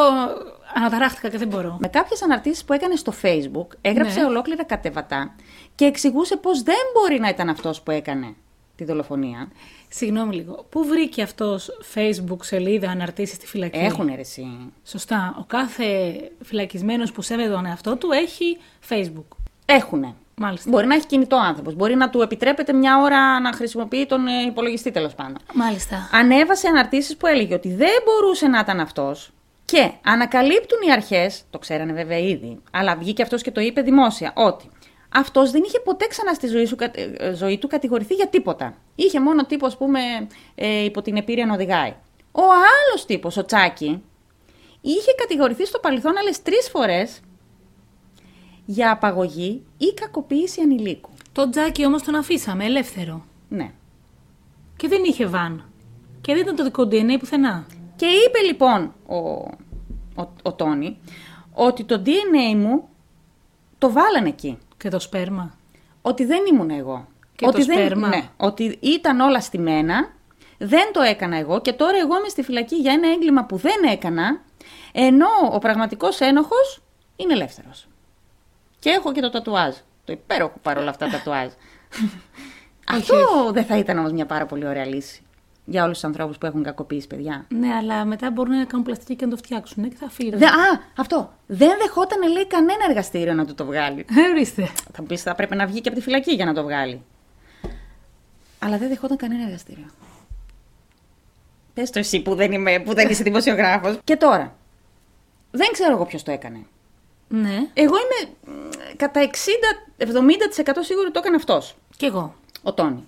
αναταράχτηκα και δεν μπορώ.
Με κάποιες αναρτήσεις που έκανε στο Facebook, έγραψε
Ναι.
ολόκληρα κατεβατά και εξηγούσε πως δεν μπορεί να ήταν αυτός που έκανε τη δολοφονία.
Συγγνώμη λίγο. Πού βρήκε αυτός Facebook σελίδα αναρτήσεις στη φυλακή.
Έχουν αιρεσί.
Σωστά. Ο κάθε φυλακισμένος που σέβεται τον εαυτό του έχει Facebook.
Έχουνε.
Μάλιστα.
Μπορεί να έχει κινητό άνθρωπος. Μπορεί να του επιτρέπεται μια ώρα να χρησιμοποιεί τον ε, υπολογιστή τέλος πάντων.
Μάλιστα.
ανέβασε αναρτήσεις που έλεγε ότι δεν μπορούσε να ήταν αυτός και ανακαλύπτουν οι αρχές, το ξέρανε βέβαια ήδη, αλλά βγήκε αυτός και το είπε δημόσια, ότι αυτός δεν είχε ποτέ ξανά στη ζωή, σου, κα- ε, ε, ζωή του κατηγορηθεί για τίποτα. Είχε μόνο τύπο, ας πούμε, ε, υπό την επίρρεια να οδηγάει. Ο άλλος τύπος, ο Τσάκη, είχε κατηγορηθεί στο παρελθόν άλλες τρεις φορές για απαγωγή ή κακοποίηση ανηλίκου.
Τον Τζάκι όμως τον αφήσαμε ελεύθερο.
Ναι.
Και δεν είχε βαν. Και δεν ήταν το δικό του DNA πουθενά.
Και είπε λοιπόν ο, ο, ο Τόνι ότι το DNA μου το βάλανε εκεί.
Και το σπέρμα.
Ότι δεν ήμουν εγώ.
Και
ότι
το σπέρμα.
Ναι, ότι ήταν όλα στημένα, δεν το έκανα εγώ και τώρα εγώ είμαι στη φυλακή για ένα έγκλημα που δεν έκανα, ενώ ο πραγματικός ένοχος είναι ελεύθερος. Και έχω και το τατουάζ. Το υπέροχο παρόλα αυτά
[laughs]
τατουάζ. Αυτό δεν θα ήταν όμως μια πάρα πολύ ωραία λύση για όλους τους ανθρώπους που έχουν κακοποιήσει παιδιά.
Ναι, αλλά μετά μπορούν να κάνουν πλαστική και να το φτιάξουν. ε, Και θα φύγουν.
Δε, α, αυτό. Δεν δεχόταν, λέει, κανένα εργαστήριο να του το βγάλει.
Ε, ορίστε.
Θα μου πεις, θα πρέπει να βγει και από τη φυλακή για να το βγάλει. Αλλά δεν δεχόταν κανένα εργαστήριο. Πες το εσύ που δεν, είμαι, που δεν είσαι δημοσιογράφος. και τώρα. Δεν ξέρω εγώ ποιος το έκανε.
Ναι.
Εγώ είμαι μ, κατά 60-70% σίγουρη ότι το έκανε αυτός,
Κι εγώ.
ο Τόνι.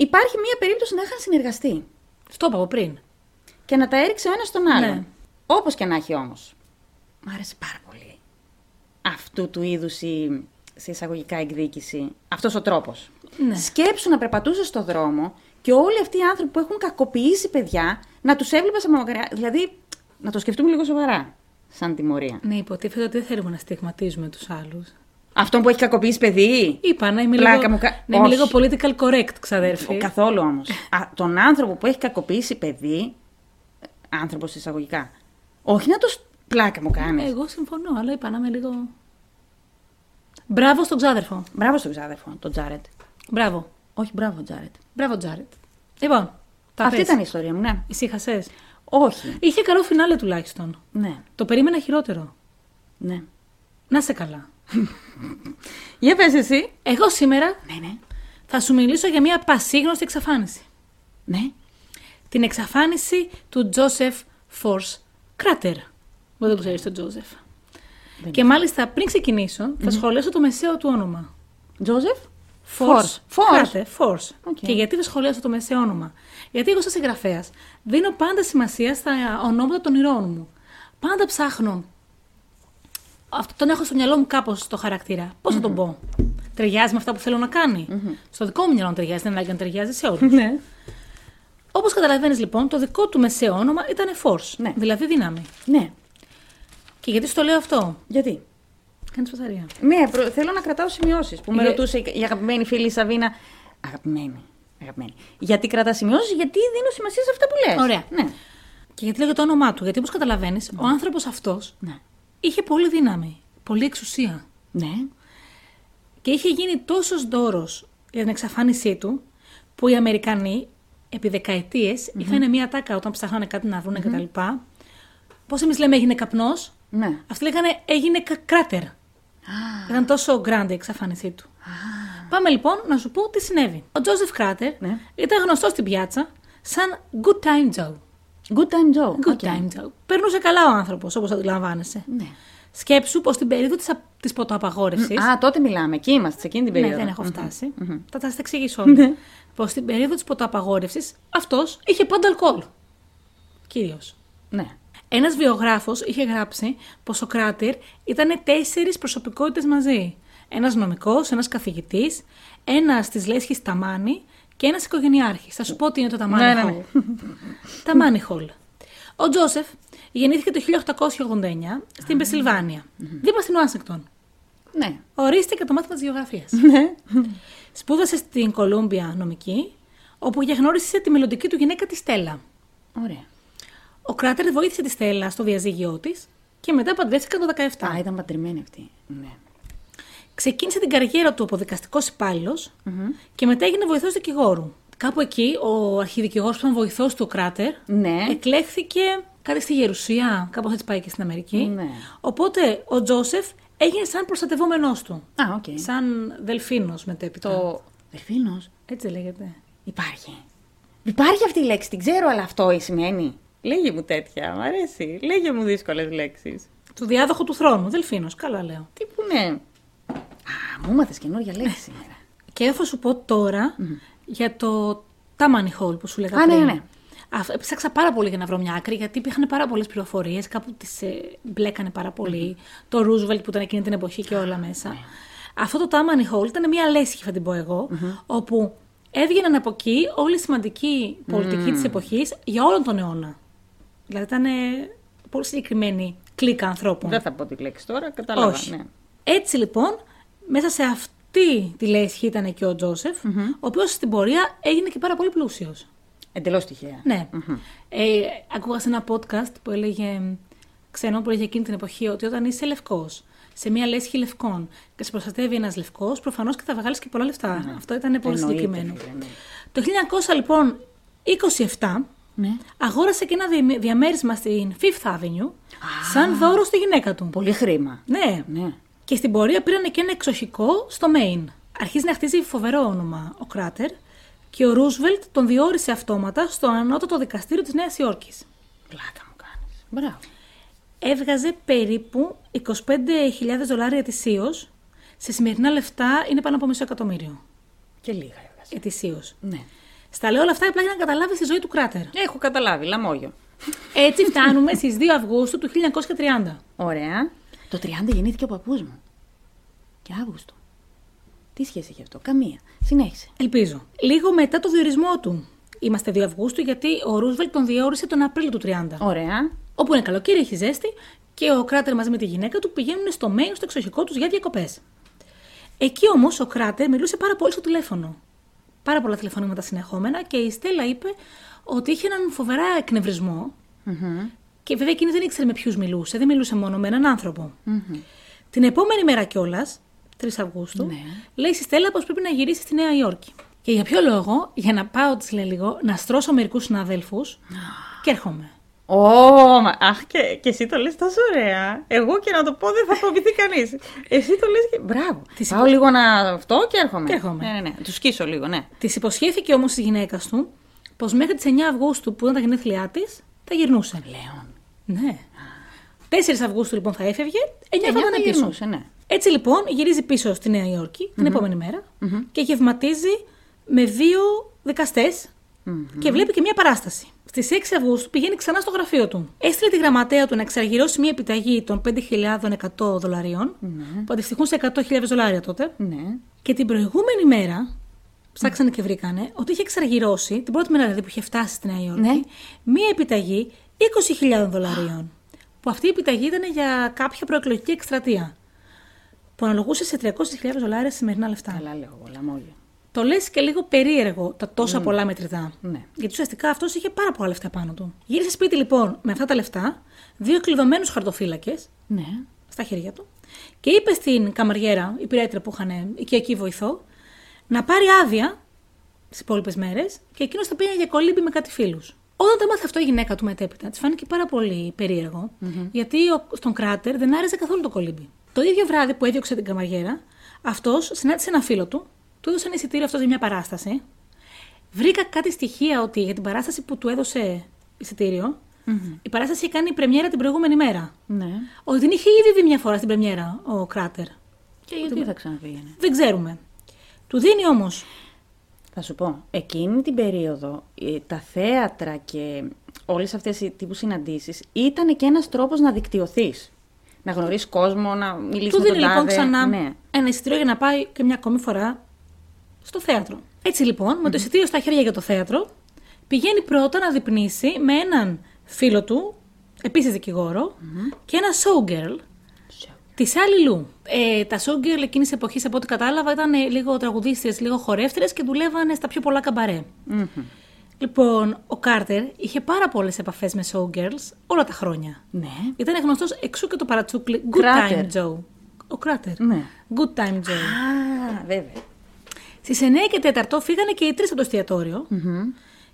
Υπάρχει μία περίπτωση να είχαν συνεργαστεί.
Στο είπα από πριν.
και να τα έριξε ο ένας στον άλλον.
Ναι.
Όπως Όπω και να έχει όμως. Μ' άρεσε πάρα πολύ αυτού του είδους η, σε εισαγωγικά εκδίκηση, αυτός ο τρόπος.
Ναι.
Σκέψου να περπατούσε στο δρόμο και όλοι αυτοί οι άνθρωποι που έχουν κακοποιήσει παιδιά να τους έβλεπες από μακριά. Δηλαδή, να το σκεφτούμε λίγο σοβαρά, σαν τιμωρία.
Ναι, υποτίθεται ότι δεν θέλουμε να στιγματίζουμε τους άλλους.
Αυτόν που έχει κακοποιήσει παιδί.
Είπα να είμαι
Πλάκα
λίγο,
μου κα-
να είμαι
Όχι.
λίγο political correct, ξαδέρφη.
Ο- Καθόλου όμως. Τον άνθρωπο που έχει κακοποιήσει παιδί. Άνθρωπος εισαγωγικά. Όχι να το. σ- Πλάκα μου κάνεις.
Εγώ συμφωνώ, αλλά είπα να είμαι λίγο. Μπράβο στον ξάδερφο.
Μπράβο στον ξάδερφο, τον Τζάρετ.
Μπράβο.
Όχι, μπράβο, Τζάρετ.
Μπράβο, Τζάρετ. Λοιπόν, τα
Αυτή
πες.
ήταν η ιστορία μου, ναι.
Ησύχασες.
Όχι.
Είχε καλό φινάλε τουλάχιστον.
Ναι,
Το περίμενα χειρότερο.
ναι.
Να σε καλά.
Για πες εσύ.
Εγώ σήμερα
Ναι, ναι.
θα σου μιλήσω για μια πασίγνωστη εξαφάνιση.
Ναι.
Την εξαφάνιση του Τζόσεφ Φορς Κράτερ. Δεν το ξέρεις τον Τζόσεφ.
Δεν
Και μάλιστα πριν ξεκινήσω, θα σχολιάσω το μεσαίο του όνομα.
Τζόζεφ.
Force.
Force.
Κράτε, force.
Οκ.
Και γιατί δεν σχολιάζω το μεσαίο όνομα. Γιατί εγώ, σαν συγγραφέας, δίνω πάντα σημασία στα ονόματα των ηρώων μου. Πάντα ψάχνω. Αυτό τον έχω στο μυαλό μου κάπως το χαρακτήρα. Πώς θα τον πω. Ταιριάζει με αυτά που θέλω να κανει Στο δικό μου μυαλό να ταιριάζει, δεν ανάγκη να ταιριάζει σε όλους.
Ναι.
Όπως καταλαβαίνεις λοιπόν, το δικό του μεσαίο όνομα ήταν force.
Ναι.
Δηλαδή δύναμη.
Ναι.
Και γιατί στο λέω αυτό.
Γιατί.
Κάνεις πασαρία.
Ναι, προ- θέλω να κρατάω σημειώσεις που με
Για-
ρωτούσε η αγαπημένη φίλη Σαβίνα. Αγαπημένη. Αγαπημένη. Γιατί κρατάς σημειώσεις, γιατί δίνω σημασία σε αυτά που λες.
Ωραία.
Ναι.
Και γιατί λέγεται το όνομά του. Γιατί όπως καταλαβαίνεις, ο άνθρωπος αυτός
Ναι.
είχε πολύ δύναμη, πολύ εξουσία.
Ναι.
Και είχε γίνει τόσος δώρος για την εξαφάνισή του, που οι Αμερικανοί επί δεκαετίες είχαν μια τάκα όταν ψάχνανε κάτι να βρουν κτλ. Πώς εμείς λέμε έγινε καπνός,
Ναι.
αυτοί λέγανε έγινε κα- κράτερ. Ήταν τόσο grand η εξαφάνισή του. Πάμε λοιπόν να σου πω τι συνέβη. Ο Τζόζεφ Κράτερ
Ναι.
ήταν γνωστός στην πιάτσα σαν Good Time Joe.
Good time Joe.
Good
Οκ.
Time Joe. Περνούσε καλά ο άνθρωπος, όπως αντιλαμβάνεσαι.
Ναι.
Σκέψου πως στην περίοδο της ποτοαπαγόρευση.
Α, τότε μιλάμε. Εκεί είμαστε, σε εκείνη την περίοδο.
Ναι, δεν έχω φτάσει.
Μμμ. Ναι.
Θα τα εξηγήσω όλα. Πως στην περίοδο της ποτοαπαγόρευση αυτός είχε πάντα αλκοόλ. Κυρίω.
Ναι.
Ένας βιογράφος είχε γράψει πως ο Κράτερ ήταν τέσσερις προσωπικότητες μαζί. Ένας νομικός, ένας καθηγητής, ένα τη λέσχης Ταμάνι και ένας οικογενειάρχης. Θα σου πω τι είναι το Ταμάνι
Ναι, ναι, ναι.
Hall. Ταμάνι Hall. Ο Τζόσεφ γεννήθηκε το 1889 στην Πεσιλβάνια, δίπλα στην Ουάσιγκτον.
Ναι.
Ορίστηκε το μάθημα της γεωγραφίας.
Ναι.
Σπούδασε στην Κολούμπια νομική, όπου διαγνώρισε τη μελλοντική του γυναίκα τη Στέλλα.
Ωραία.
Ο Κράτερ βοήθησε τη Στέλλα στο διαζύγιο της και μετά παντρεύτηκαν το 17.
Α, ήταν παντρεμένη αυτή. Ναι.
Ξεκίνησε την καριέρα του από δικαστικός και μετά έγινε βοηθός δικηγόρου. Κάπου εκεί ο αρχιδικηγό που ήταν βοηθός του Κράτερ
Ναι.
εκλέχθηκε κάτι στη Γερουσία, κάπως έτσι πάει και στην Αμερική.
Ναι.
Οπότε ο Τζόσεφ έγινε σαν προστατευόμενός του.
Α, οκ.
Σαν δελφίνος μετέπειτα.
Ναι. Το. Δελφίνος.
Έτσι λέγεται.
Υπάρχει. Υπάρχει αυτή η λέξη, την ξέρω, αλλά αυτό η σημαίνει. Λέγε μου τέτοια, μου αρέσει. Λέγε μου δύσκολες λέξεις.
Του διάδοχου του θρόνου, δελφίνος, καλά λέω.
Τι που ναι. Α, μου έμαθες καινούργια [laughs] λέξη σήμερα.
Και θα σου πω τώρα για το Tammany Hall που σου λέγα
Α, ναι,
πριν.
ναι.
Αυ- Ψάξα πάρα πολύ για να βρω μια άκρη, γιατί υπήρχαν πάρα πολλές πληροφορίες. Κάπου τις ε, μπλέκανε πάρα πολύ. Το Roosevelt που ήταν εκείνη την εποχή και όλα μέσα.
Ναι.
Αυτό το Tammany Hall ήταν μια λέσχη, θα την πω εγω όπου έβγαιναν από εκεί όλοι οι σημαντικοί πολιτικοί της εποχής για όλον τον αιώνα. Δηλαδή ήταν ε, πολύ συγκεκριμένη κλίκα ανθρώπων.
Δεν θα πω τη λέξη τώρα, κατάλαβα.
Όχι.
Ναι.
Έτσι λοιπόν, μέσα σε αυτή τη λέσχη ήταν και ο τζοσεφ ο οποίος στην πορεία έγινε και πάρα πολύ πλούσιος.
Εντελώς τυχαία.
Ναι.
Μμμ.
Ε, ακούγα σε ένα podcast που έλεγε ξένο που έλεγε εκείνη την εποχή ότι όταν είσαι λευκός σε μια λέσχη λευκών και σε προστατεύει ένας λευκός, προφανώς και θα βγάλεις και πολλά λεφτά. Αυτό ήταν πολύ
Ναι. Εννοείται,
συγκεκριμένο.
φίλε, ναι.
Το 1900 λοιπόν, 27,
ναι.
αγόρασε και ένα δια- διαμέρισμα στην Fifth Avenue σαν δώρο στη γυναίκα του.
Πολύ χρήμα.
Ναι.
Ναι.
Και στην πορεία πήραν και ένα εξοχικό στο Maine. Αρχίζει να χτίζει φοβερό όνομα ο Κράτερ και ο Ρούσβελτ τον διόρισε αυτόματα στο ανώτατο δικαστήριο της Νέας Υόρκης.
Πλάκα μου κάνεις. Μπράβο.
Έβγαζε περίπου 25.000 δολάρια ετησίως. Σε σημερινά λεφτά είναι πάνω από μισό εκατομμύριο
Και λίγα έβγαζε.
ετησίως.
Ναι.
Στα λέω όλα αυτά απλά για να καταλάβεις τη ζωή του Κράτερ.
Έχω καταλάβει, λαμόγιο.
Έτσι φτάνουμε στις 2 Αυγούστου του 1930.
Ωραία. Το 30 γεννήθηκε ο παππούς μου. Και Αύγουστο. Τι σχέση έχει αυτό, καμία. Συνέχισε.
Ελπίζω. Λίγο μετά το διορισμό του. Είμαστε 2 Αυγούστου γιατί ο Ρούσβελτ τον διόρισε τον Απρίλιο του 30.
Ωραία.
Όπου είναι καλοκαίρι, έχει ζέστη και ο Κράτερ μαζί με τη γυναίκα του πηγαίνουν στο Μέιο, στο εξοχικό τους για διακοπές. Εκεί όμως ο Κράτερ μιλούσε πάρα πολύ στο τηλέφωνο. Πάρα πολλά τηλεφωνήματα συνεχόμενα και η Στέλλα είπε ότι είχε έναν φοβερά εκνευρισμό. Και βέβαια εκείνη δεν ήξερε με ποιους μιλούσε, δεν μιλούσε μόνο με έναν άνθρωπο. Την επόμενη μέρα κιόλας, 3 Αυγούστου,
Ναι.
λέει στη Στέλλα πως πρέπει να γυρίσει στη Νέα Υόρκη. Και για ποιο λόγο, για να πάω, της λέει λίγο, να στρώσω μερικούς συναδέλφους και έρχομαι.
Ω, μα- αχ, και, και εσύ το λες τόσο ωραία. Εγώ και να το πω δεν θα φοβηθεί κανείς. Εσύ το λες και... Μπράβο.
Τις
Πάω λίγο να αυτό και έρχομαι.
Και έρχομαι.
Ναι, ναι, ναι. Τους σκίσω λίγο, ναι.
Τη υποσχέθηκε όμως τη γυναίκα του πως μέχρι τις 9 Αυγούστου που ήταν τα γενέθλιά της θα γυρνούσε.
Λέων.
Ναι. 4 Αυγούστου λοιπόν θα έφευγε, 9 θα
Εννιά
ήταν
θα
πίσω.
γυρνούσε, ναι.
Έτσι λοιπόν γυρίζει πίσω στη Νέα Υόρκη την επόμενη μέρα και γευματίζει με δύο δικαστές και βλέπει και μια παράσταση. Στις 6 Αυγούστου πηγαίνει ξανά στο γραφείο του. Έστειλε τη γραμματέα του να εξαργυρώσει μια επιταγή των 5.100 δολαρίων, που αντιστοιχούν σε 100.000 δολάρια τότε.
Ναι.
Και την προηγούμενη μέρα, ψάξανε και βρήκανε, ότι είχε εξαργυρώσει, την πρώτη μέρα δηλαδή που είχε φτάσει στη Νέα Υόρκη,
Ναι.
μία επιταγή 20.000 δολαρίων. Που αυτή η επιταγή ήταν για κάποια προεκλογική εκστρατεία. Που αναλογούσε σε 300.000 δολάρια σημερινά λεφτά.
Καλά λέω, όλα μόλις.
Το λες και λίγο περίεργο τα τόσα πολλά μετρητά.
Mm. Ναι.
Γιατί ουσιαστικά αυτός είχε πάρα πολλά λεφτά πάνω του. Γύρισε σπίτι λοιπόν με αυτά τα λεφτά, δύο κλειδωμένου χαρτοφύλακες,
Ναι.
στα χέρια του και είπε στην καμαριέρα, η πυρέτρια που είχαν οικιακή βοηθό, να πάρει άδεια τις υπόλοιπες μέρες και εκείνος θα πήγαινε για κολύμπι με κάτι φίλους. Όταν το έμαθε αυτό η γυναίκα του μετέπειτα, της φάνηκε πάρα πολύ περίεργο, γιατί ο, στον κράτερ δεν άρεσε καθόλου το κολύμπι. Το ίδιο βράδυ που έδιωξε την καμαριέρα, αυτός συνάντησε ένα φίλο του, του έδωσε ένα εισιτήριο αυτό για μια παράσταση. Βρήκα κάτι στοιχεία ότι για την παράσταση που του έδωσε εισιτήριο, η παράσταση είχε κάνει πρεμιέρα την προηγούμενη μέρα.
Ναι.
Ότι την είχε ήδη δει μια φορά στην πρεμιέρα ο Κράτερ.
Και γιατί θα ξαναπήγαινε.
Δεν ξέρουμε. Του δίνει όμως.
Θα σου πω, εκείνη την περίοδο ε, τα θέατρα και όλες αυτές οι τύπου συναντήσεις ήταν και ένας τρόπος να δικτυωθείς. Να γνωρίσεις κόσμο, να μιλήσεις
Του
με τον
δίνει λοιπόν
τάδε.
ξανά
Ναι.
ένα εισιτήριο για να πάει και μια ακόμη φορά στο θέατρο. Έτσι λοιπόν, με το εισιτήριο στα χέρια για το θέατρο, πηγαίνει πρώτα να διπνήσει με έναν φίλο του, επίσης και ένα showgirl της Άλλη Λου. Ε, τα showgirl εκείνης τη εποχής, από ό,τι κατάλαβα, ήταν ε, λίγο τραγουδίστρε, λίγο χορεύτρε και δουλεύανε στα πιο πολλά καμπαρέ.
Μμμ.
Λοιπόν, ο Κάρτερ είχε πάρα πολλές επαφές με showgirls όλα τα χρόνια.
Ναι.
Ήταν γνωστός εξού και το παρατσούκλι Good
Κράτερ.
Time Joe. Ο Κράτερ.
Ναι.
Good Time Joe.
Α, βέβαια.
Στις 9 και 4 φύγανε και οι τρεις από το εστιατοριο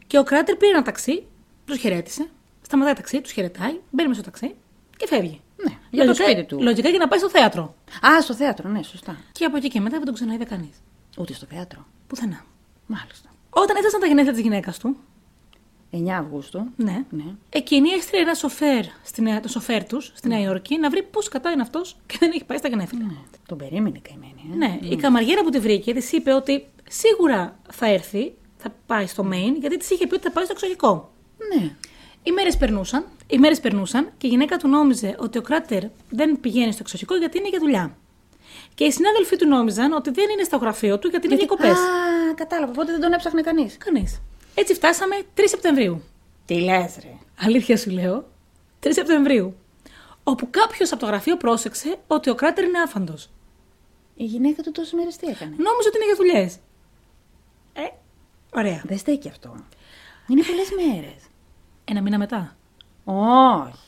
και ο Κράτερ πήρε ένα ταξί, τους χαιρέτησε. Σταματάει το ταξί, τους χαιρετάει, μπαίνει μέσα στο ταξί και φεύγει.
Ναι, για το σπίτι του.
λογικά για να πάει στο θέατρο.
Α, στο θέατρο, ναι, σωστά.
Και από εκεί και μετά δεν τον ξαναείδε κανείς.
Ούτε στο θέατρο.
Πουθενά.
Μάλιστα.
Όταν έφτασαν τα γενέθλια της γυναίκας του,
9 Αυγούστου.
Ναι.
Ναι.
Εκείνη έστειλε ένα σοφέρ, στη Νέα- το σοφέρ τους στη Νέα Υόρκη να βρει πώς κατά είναι αυτός και δεν έχει πάει στα γενέθλια.
ναι. Τον περίμενε η καημένη. Ε.
Ναι. Η καμαριέρα που τη βρήκε της είπε ότι σίγουρα θα έρθει, θα πάει στο Maine, γιατί της είχε πει ότι θα πάει στο εξωτερικό.
ναι.
Οι μέρες περνούσαν, οι μέρες περνούσαν και η γυναίκα του νόμιζε ότι ο κράτερ δεν πηγαίνει στο εξωτερικό γιατί είναι για δουλειά. Και οι συνάδελφοί του νόμιζαν ότι δεν είναι στο γραφείο του γιατί είναι
Γιατί-
διακοπές.
Α, κατάλαβα. Οπότε δεν τον έψαχνε κανείς.
Κανείς. Έτσι φτάσαμε 3 Σεπτεμβρίου.
Τι λες, ρε.
Αλήθεια σου λέω. 3 Σεπτεμβρίου. Όπου κάποιος από το γραφείο πρόσεξε ότι ο κράτερ είναι άφαντος.
Η γυναίκα του τόσες μέρες τι έκανε.
Νόμιζε ότι είναι για δουλειές. Ε, ωραία.
Δεν στέκει αυτό. Είναι πολλές μέρες.
Ένα μήνα μετά.
Όχι.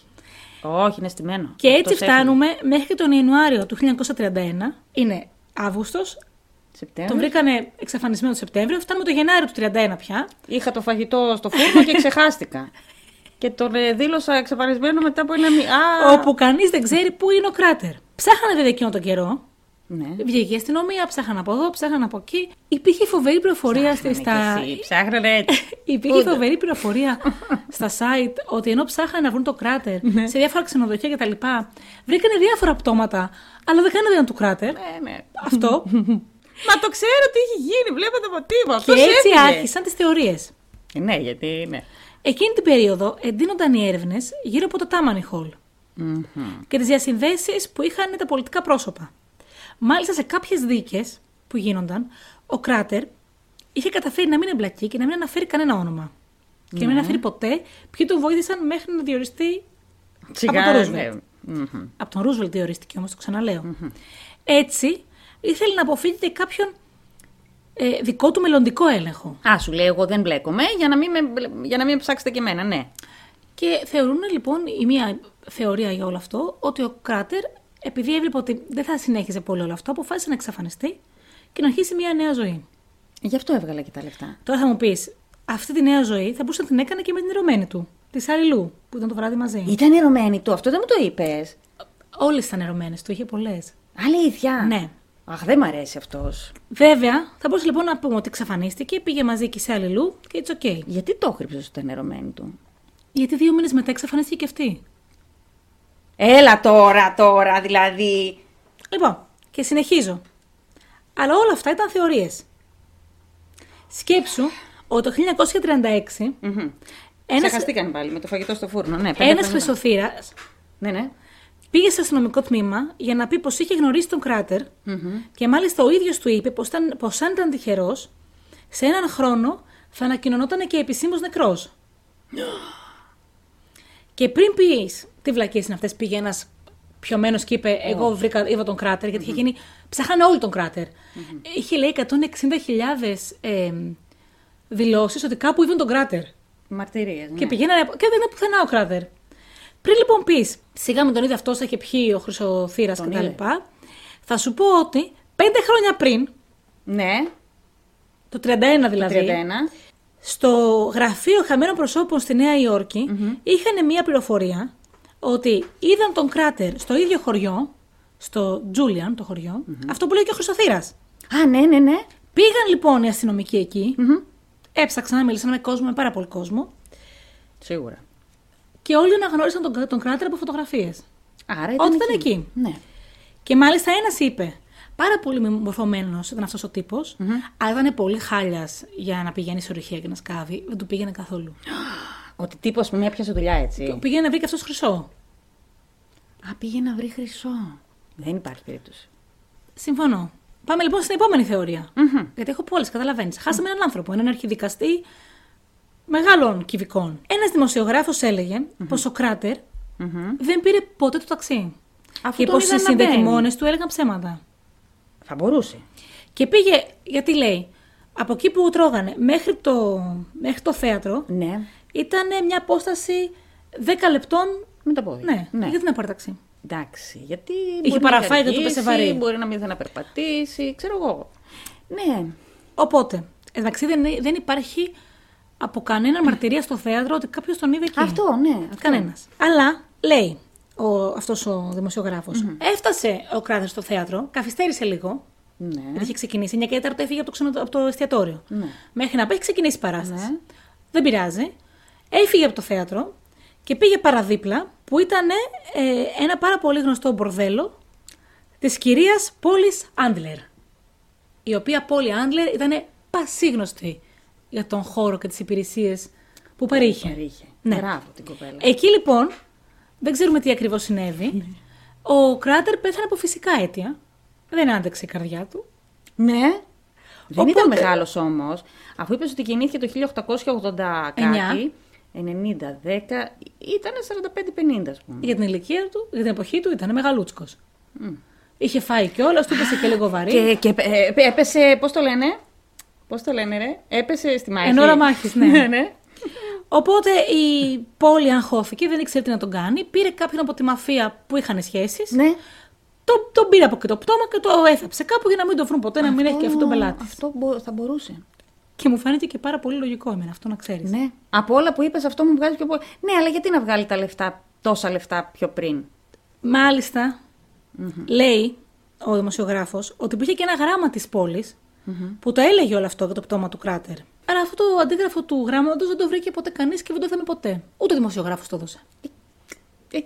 Όχι, είναι στημένο.
Και
Αυτός
έτσι
έφυγε.
φτάνουμε μέχρι τον Ιανουάριο του 1931. Είναι Αύγουστος. Τον
Σεπτέμβριο.
βρήκανε εξαφανισμένο το Σεπτέμβριο. Φτάνουμε το Γενάριο του 31 πια.
Είχα το φαγητό στο φούρνο και [laughs] ξεχάστηκα. και τον ε, δήλωσα εξαφανισμένο μετά από ένα μήνα.
Όπου κανείς δεν ξέρει πού είναι ο κράτερ. Ψάχανε βέβαια εκείνο τον καιρό.
Ναι.
Βγήκε η αστυνομία, ψάχανε από εδώ, ψάχανε από εκεί. Υπήρχε φοβερή πληροφορία στη- στα,
Ψάχνανε κι ναι, εσύ, Ψάχνανε έτσι.
[laughs] Υπήρχε
Ούτε.
φοβερή πληροφορία στα site ότι ενώ ψάχνανε να βρουν το κράτερ
Ναι.
σε διάφορα ξενοδοχεία κτλ. Βρήκανε διάφορα πτώματα, αλλά δεν κάνανε του
[laughs]
κράτερ.
Ναι, ναι. [laughs]
Αυτό.
Μα το ξέρω τι έχει γίνει, βλέπω το μοτίβο.
και
αυτός
έτσι
έφυγε.
άρχισαν τις θεωρίες.
Ε, Ναι, γιατί ναι.
Εκείνη την περίοδο εντείνονταν οι έρευνες γύρω από το Τάμανι Χολ. και τις διασυνδέσεις που είχαν τα πολιτικά πρόσωπα. Μάλιστα σε κάποιες δίκες που γίνονταν, ο Κράτερ είχε καταφέρει να μην εμπλακεί και να μην αναφέρει κανένα όνομα. Και
Ναι.
να μην αναφέρει ποτέ ποιοι τον βοήθησαν μέχρι να διοριστεί από τον
Τσιγάρα,
Ρούσβελτ.
ναι. Μμμ.
Από τον Ρούσβελτ διορίστηκε όμως, το ξαναλεω Έτσι, ήθελε να αποφύγει και κάποιον ε, δικό του μελλοντικό έλεγχο.
Α, σου λέει, εγώ δεν μπλέκομαι για να μην, με, μπλε- για να μην ψάξετε και εμένα, ναι.
Και θεωρούν λοιπόν, η μία θεωρία για όλο αυτό, ότι ο Κράτερ, επειδή έβλεπε ότι δεν θα συνέχιζε πολύ όλο αυτό, αποφάσισε να εξαφανιστεί και να αρχίσει μια νέα ζωή.
Γι' αυτό έβγαλε και τα λεφτά.
Τώρα θα μου πεις, αυτή τη νέα ζωή θα μπορούσε να την έκανε και με την ερωμένη του, της Σάρι Λου, που ήταν το βράδυ μαζί.
Ήταν ερωμένη του, αυτό δεν μου το είπες.
Όλες ήταν ερωμένες του, είχε πολλές.
Αλήθεια.
Ναι.
Αχ, δεν μ' αρέσει αυτός.
Βέβαια, θα μπορούσε λοιπόν να πούμε ότι εξαφανίστηκε, πήγε μαζί και η Σάρι Λου και it's okay.
Γιατί το χρύψε ότι ήταν ερωμένη του.
Γιατί δύο μήνες μετά εξαφανίστηκε και αυτή.
Έλα τώρα, τώρα, δηλαδή.
Λοιπόν, και συνεχίζω. Αλλά όλα αυτά ήταν θεωρίες. Σκέψου ότι το 1936
Μμμ.
ένας,
Ξεχαστήκαν πάλι με το φαγητό στο φούρνο, ναι. πέντε
ένας
χρόνια.
χρυσοθύρας
Ναι, ναι.
πήγε στο αστυνομικό τμήμα για να πει πως είχε γνωρίσει τον κρατερ και μάλιστα ο ίδιος του είπε πως, ήταν, πως αν ήταν τυχερός, σε έναν χρόνο θα ανακοινωνόταν και επισήμως νεκρός. και πριν πεις τι βλακίες είναι αυτές, πήγε ένας πιωμένος και είπε εγώ βρήκα, είδα τον κράτερ γιατί είχε γίνει, ψάχανε όλοι τον κρατερ Είχε λέει 160.000 ε, δηλώσεις ότι κάπου είδαν τον κράτερ.
Μαρτυρίες. Ναι.
Και πηγαίνανε από- και δεν ήταν πουθενά ο Κράδερ. Πριν λοιπόν πεις, σιγά με τον είδε αυτός, είχε πιει ο Χρυσοθύρα
Τον
κτλ.
είδε.
Θα σου πω ότι πέντε χρόνια πριν,
Ναι,
το 31 δηλαδή,
31.
στο γραφείο χαμένων προσώπων στη Νέα Υόρκη, είχαν μία πληροφορία ότι είδαν τον Κράτερ στο ίδιο χωριό, στο Τζούλιαν το χωριο αυτό που λέει και ο Χρυσοθύρας.
Α, ναι, ναι, ναι.
Πήγαν λοιπόν οι αστυνομικοί εκεί, έψαξαν, μίλησαν με κόσμο, με πάρα πολύ κόσμο,
Σίγουρα.
και όλοι αναγνώρισαν τον, τον Κράτερ από φωτογραφίες.
Άρα ήταν
Ότι ήταν εκεί.
Ναι.
Και μάλιστα ένας είπε. Πάρα πολύ μορφωμένος ήταν αυτός ο τυπο αλλά ήταν πολύ χάλιας για να πηγαίνει σε ορυχεία και να σκάβει. Δεν του πήγαινε καθόλου.
Ότι τύπος μια πιάσε δουλειά έτσι.
Πήγαινε να βρει και αυτός χρυσό.
Α, πήγε να βρει χρυσό. Δεν υπάρχει περίπτωση.
Συμφωνώ. Πάμε λοιπόν στην επόμενη θεωρία.
Μμμ.
Γιατί έχω πολλές, καταλαβαίνεις. Χάσαμε έναν άνθρωπο, έναν αρχιδικαστή μεγάλων κυβικών. Ένας δημοσιογράφος πως ο Κράτερ
Μμμ.
δεν πήρε ποτέ το ταξί.
Αφού
και
τον
πω
είδαν
οι
να μπαίνει.
συνδεκιμόνες του έλεγαν ψέματα.
Θα μπορούσε.
Και πήγε, γιατί λέει, από εκεί που τρώγανε μέχρι το, μέχρι το θέατρο
Ναι.
ήταν μια απόσταση 10 λεπτών.
Με τα πόδια.
Ναι, γιατί να πάρει ταξί.
Εντάξει, γιατί. μπορεί να
παραφάει και του
αργήσει,
πέσε βαρύ.
Μπορεί να μην θέλει να περπατήσει, ξέρω εγώ. Ναι.
Οπότε, εντάξει, δεν, δεν υπάρχει από κανέναν μαρτυρία στο θέατρο ότι κάποιος τον είδε εκεί.
Αυτό, ναι. Αυτό.
Κανένας. Αλλά λέει ο, αυτός ο δημοσιογραφος Έφτασε ο κράτη στο θέατρο, καθυστέρησε λίγο.
Ναι.
Γιατί είχε ξεκινήσει. 9 και 4 έφυγε από το, ξενο- από το εστιατόριο.
Ναι.
Μέχρι να πάει, έχει ξεκινήσει η παράσταση.
Ναι.
Δεν πειράζει. Έφυγε από το θέατρο και πήγε παραδίπλα που ήταν ε, ένα πάρα πολύ γνωστό μπορδέλο της κυρίας Πόλης Άντλερ. Η οποία Πόλη Άντλερ ήταν πασίγνωστη για τον χώρο και τις υπηρεσίες που παρήχε.
Παρήχε.
Ναι.
Μπράβο την κοπέλα.
Εκεί λοιπόν, δεν ξέρουμε τι ακριβώς
Ναι.
συνέβη. Ο Κράτερ πέθανε από φυσικά αίτια. Δεν άντεξε η καρδιά του.
Ναι. Δεν
Οπότε-
ήταν μεγάλος όμως. Αφού είπες ότι γεννήθηκε το 1880 κάτι. 90-10, ήταν 45-50, ας πούμε.
Για την ηλικία του, για την εποχή του ήταν μεγαλούτσκος. Είχε φάει κιόλας, του έπεσε και λίγο βαρύ.
Και, και ε, ε, έπεσε, πώς το λένε, Πώς το λένε, ρε, έπεσε στη μάχη.
Εν ώρα μάχης,
[laughs]
ναι.
ναι, ναι.
Οπότε η πόλη αγχώθηκε, δεν ήξερε τι να τον κάνει. Πήρε κάποιον από τη μαφία που είχαν σχέσεις.
ναι.
Το, τον πήρε από και το πτώμα και το έθαψε κάπου για να μην το βρουν ποτέ, να μην έχει και αυτό τον πελάτη.
Αυτό μπο- θα μπορούσε.
Και μου φάνηκε και πάρα πολύ λογικό εμένα αυτό να ξέρεις.
Ναι. Από όλα που είπες, αυτό μου βγάζει πιο πολύ. Ναι, αλλά γιατί να βγάλει τα λεφτά, τόσα λεφτά πιο πριν.
μαλιστα λέει ο δημοσιογράφος ότι υπήρχε και ένα γράμμα της πολη που το έλεγε όλο αυτό για το πτώμα του κράτερ. Αλλά αυτό το αντίγραφο του γράμματος δεν το βρήκε ποτέ κανείς και δεν το είδαμε ποτέ. Ούτε ο δημοσιογράφος το έδωσε.
Ε,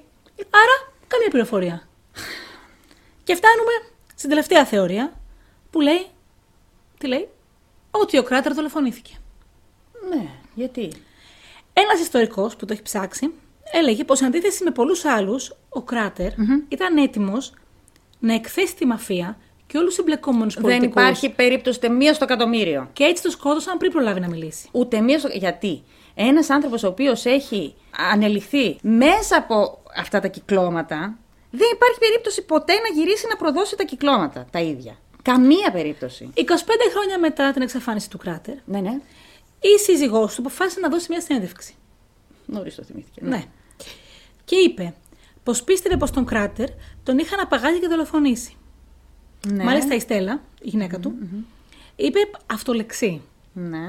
Άρα, καμία πληροφορία. και φτάνουμε στην τελευταία θεωρία που λέει. Τι λέει? Ότι ο κράτερ δολοφονήθηκε.
ναι, γιατί.
Ένας ιστορικός που το έχει ψάξει έλεγε πως σε αντίθεση με πολλούς άλλους, ο κρατερ ήταν έτοιμος να εκθέσει τη μαφία και όλους τους εμπλεκόμενους
Δεν
πολιτικούς.
υπάρχει περίπτωση ούτε μία στο εκατομμύριο.
Και έτσι το σκότωσαν πριν προλάβει να μιλήσει.
Ούτε μία στο. Γιατί ένας άνθρωπος ο οποίος έχει ανεληφθεί μέσα από αυτά τα κυκλώματα, δεν υπάρχει περίπτωση ποτέ να γυρίσει να προδώσει τα κυκλώματα τα ίδια. Καμία περίπτωση.
25 χρόνια μετά την εξαφάνιση του κράτερ,
Ναι, ναι.
η σύζυγός του αποφάσισε να δώσει μια συνέντευξη.
Νωρίς το θυμήθηκε.
Ναι. Και είπε πως πίστευε πως τον κράτερ τον είχαν απαγάγει και δολοφονήσει.
Ναι.
Μάλιστα η Στέλλα, η γυναικα του, είπε αυτολεξή.
Ναι.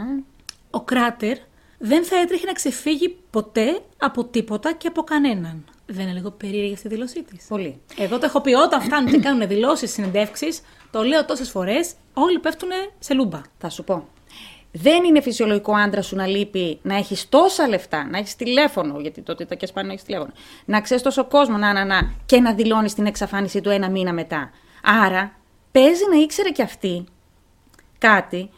Ο κράτερ δεν θα έτρεχε να ξεφύγει ποτέ από τίποτα και από κανέναν. Δεν είναι λίγο περίεργη αυτή η δήλωσή της.
Πολύ.
Εγώ το έχω πει όταν φτάνουν και κάνουν δηλώσεις, συνεντεύξεις, το λέω τόσες φορές, όλοι πέφτουν σε λούμπα.
Θα σου πω. Δεν είναι φυσιολογικό άντρας σου να λείπει, να έχεις τόσα λεφτά, να έχεις τηλέφωνο, γιατί τότε τα και σπάνια να έχεις τηλέφωνο, να ξέρεις τόσο κόσμο, να, να, να, και να δηλώνεις την εξαφάνιση του ένα μήνα μετά. Άρα, παίζει να ήξερε κι αυτή κάτι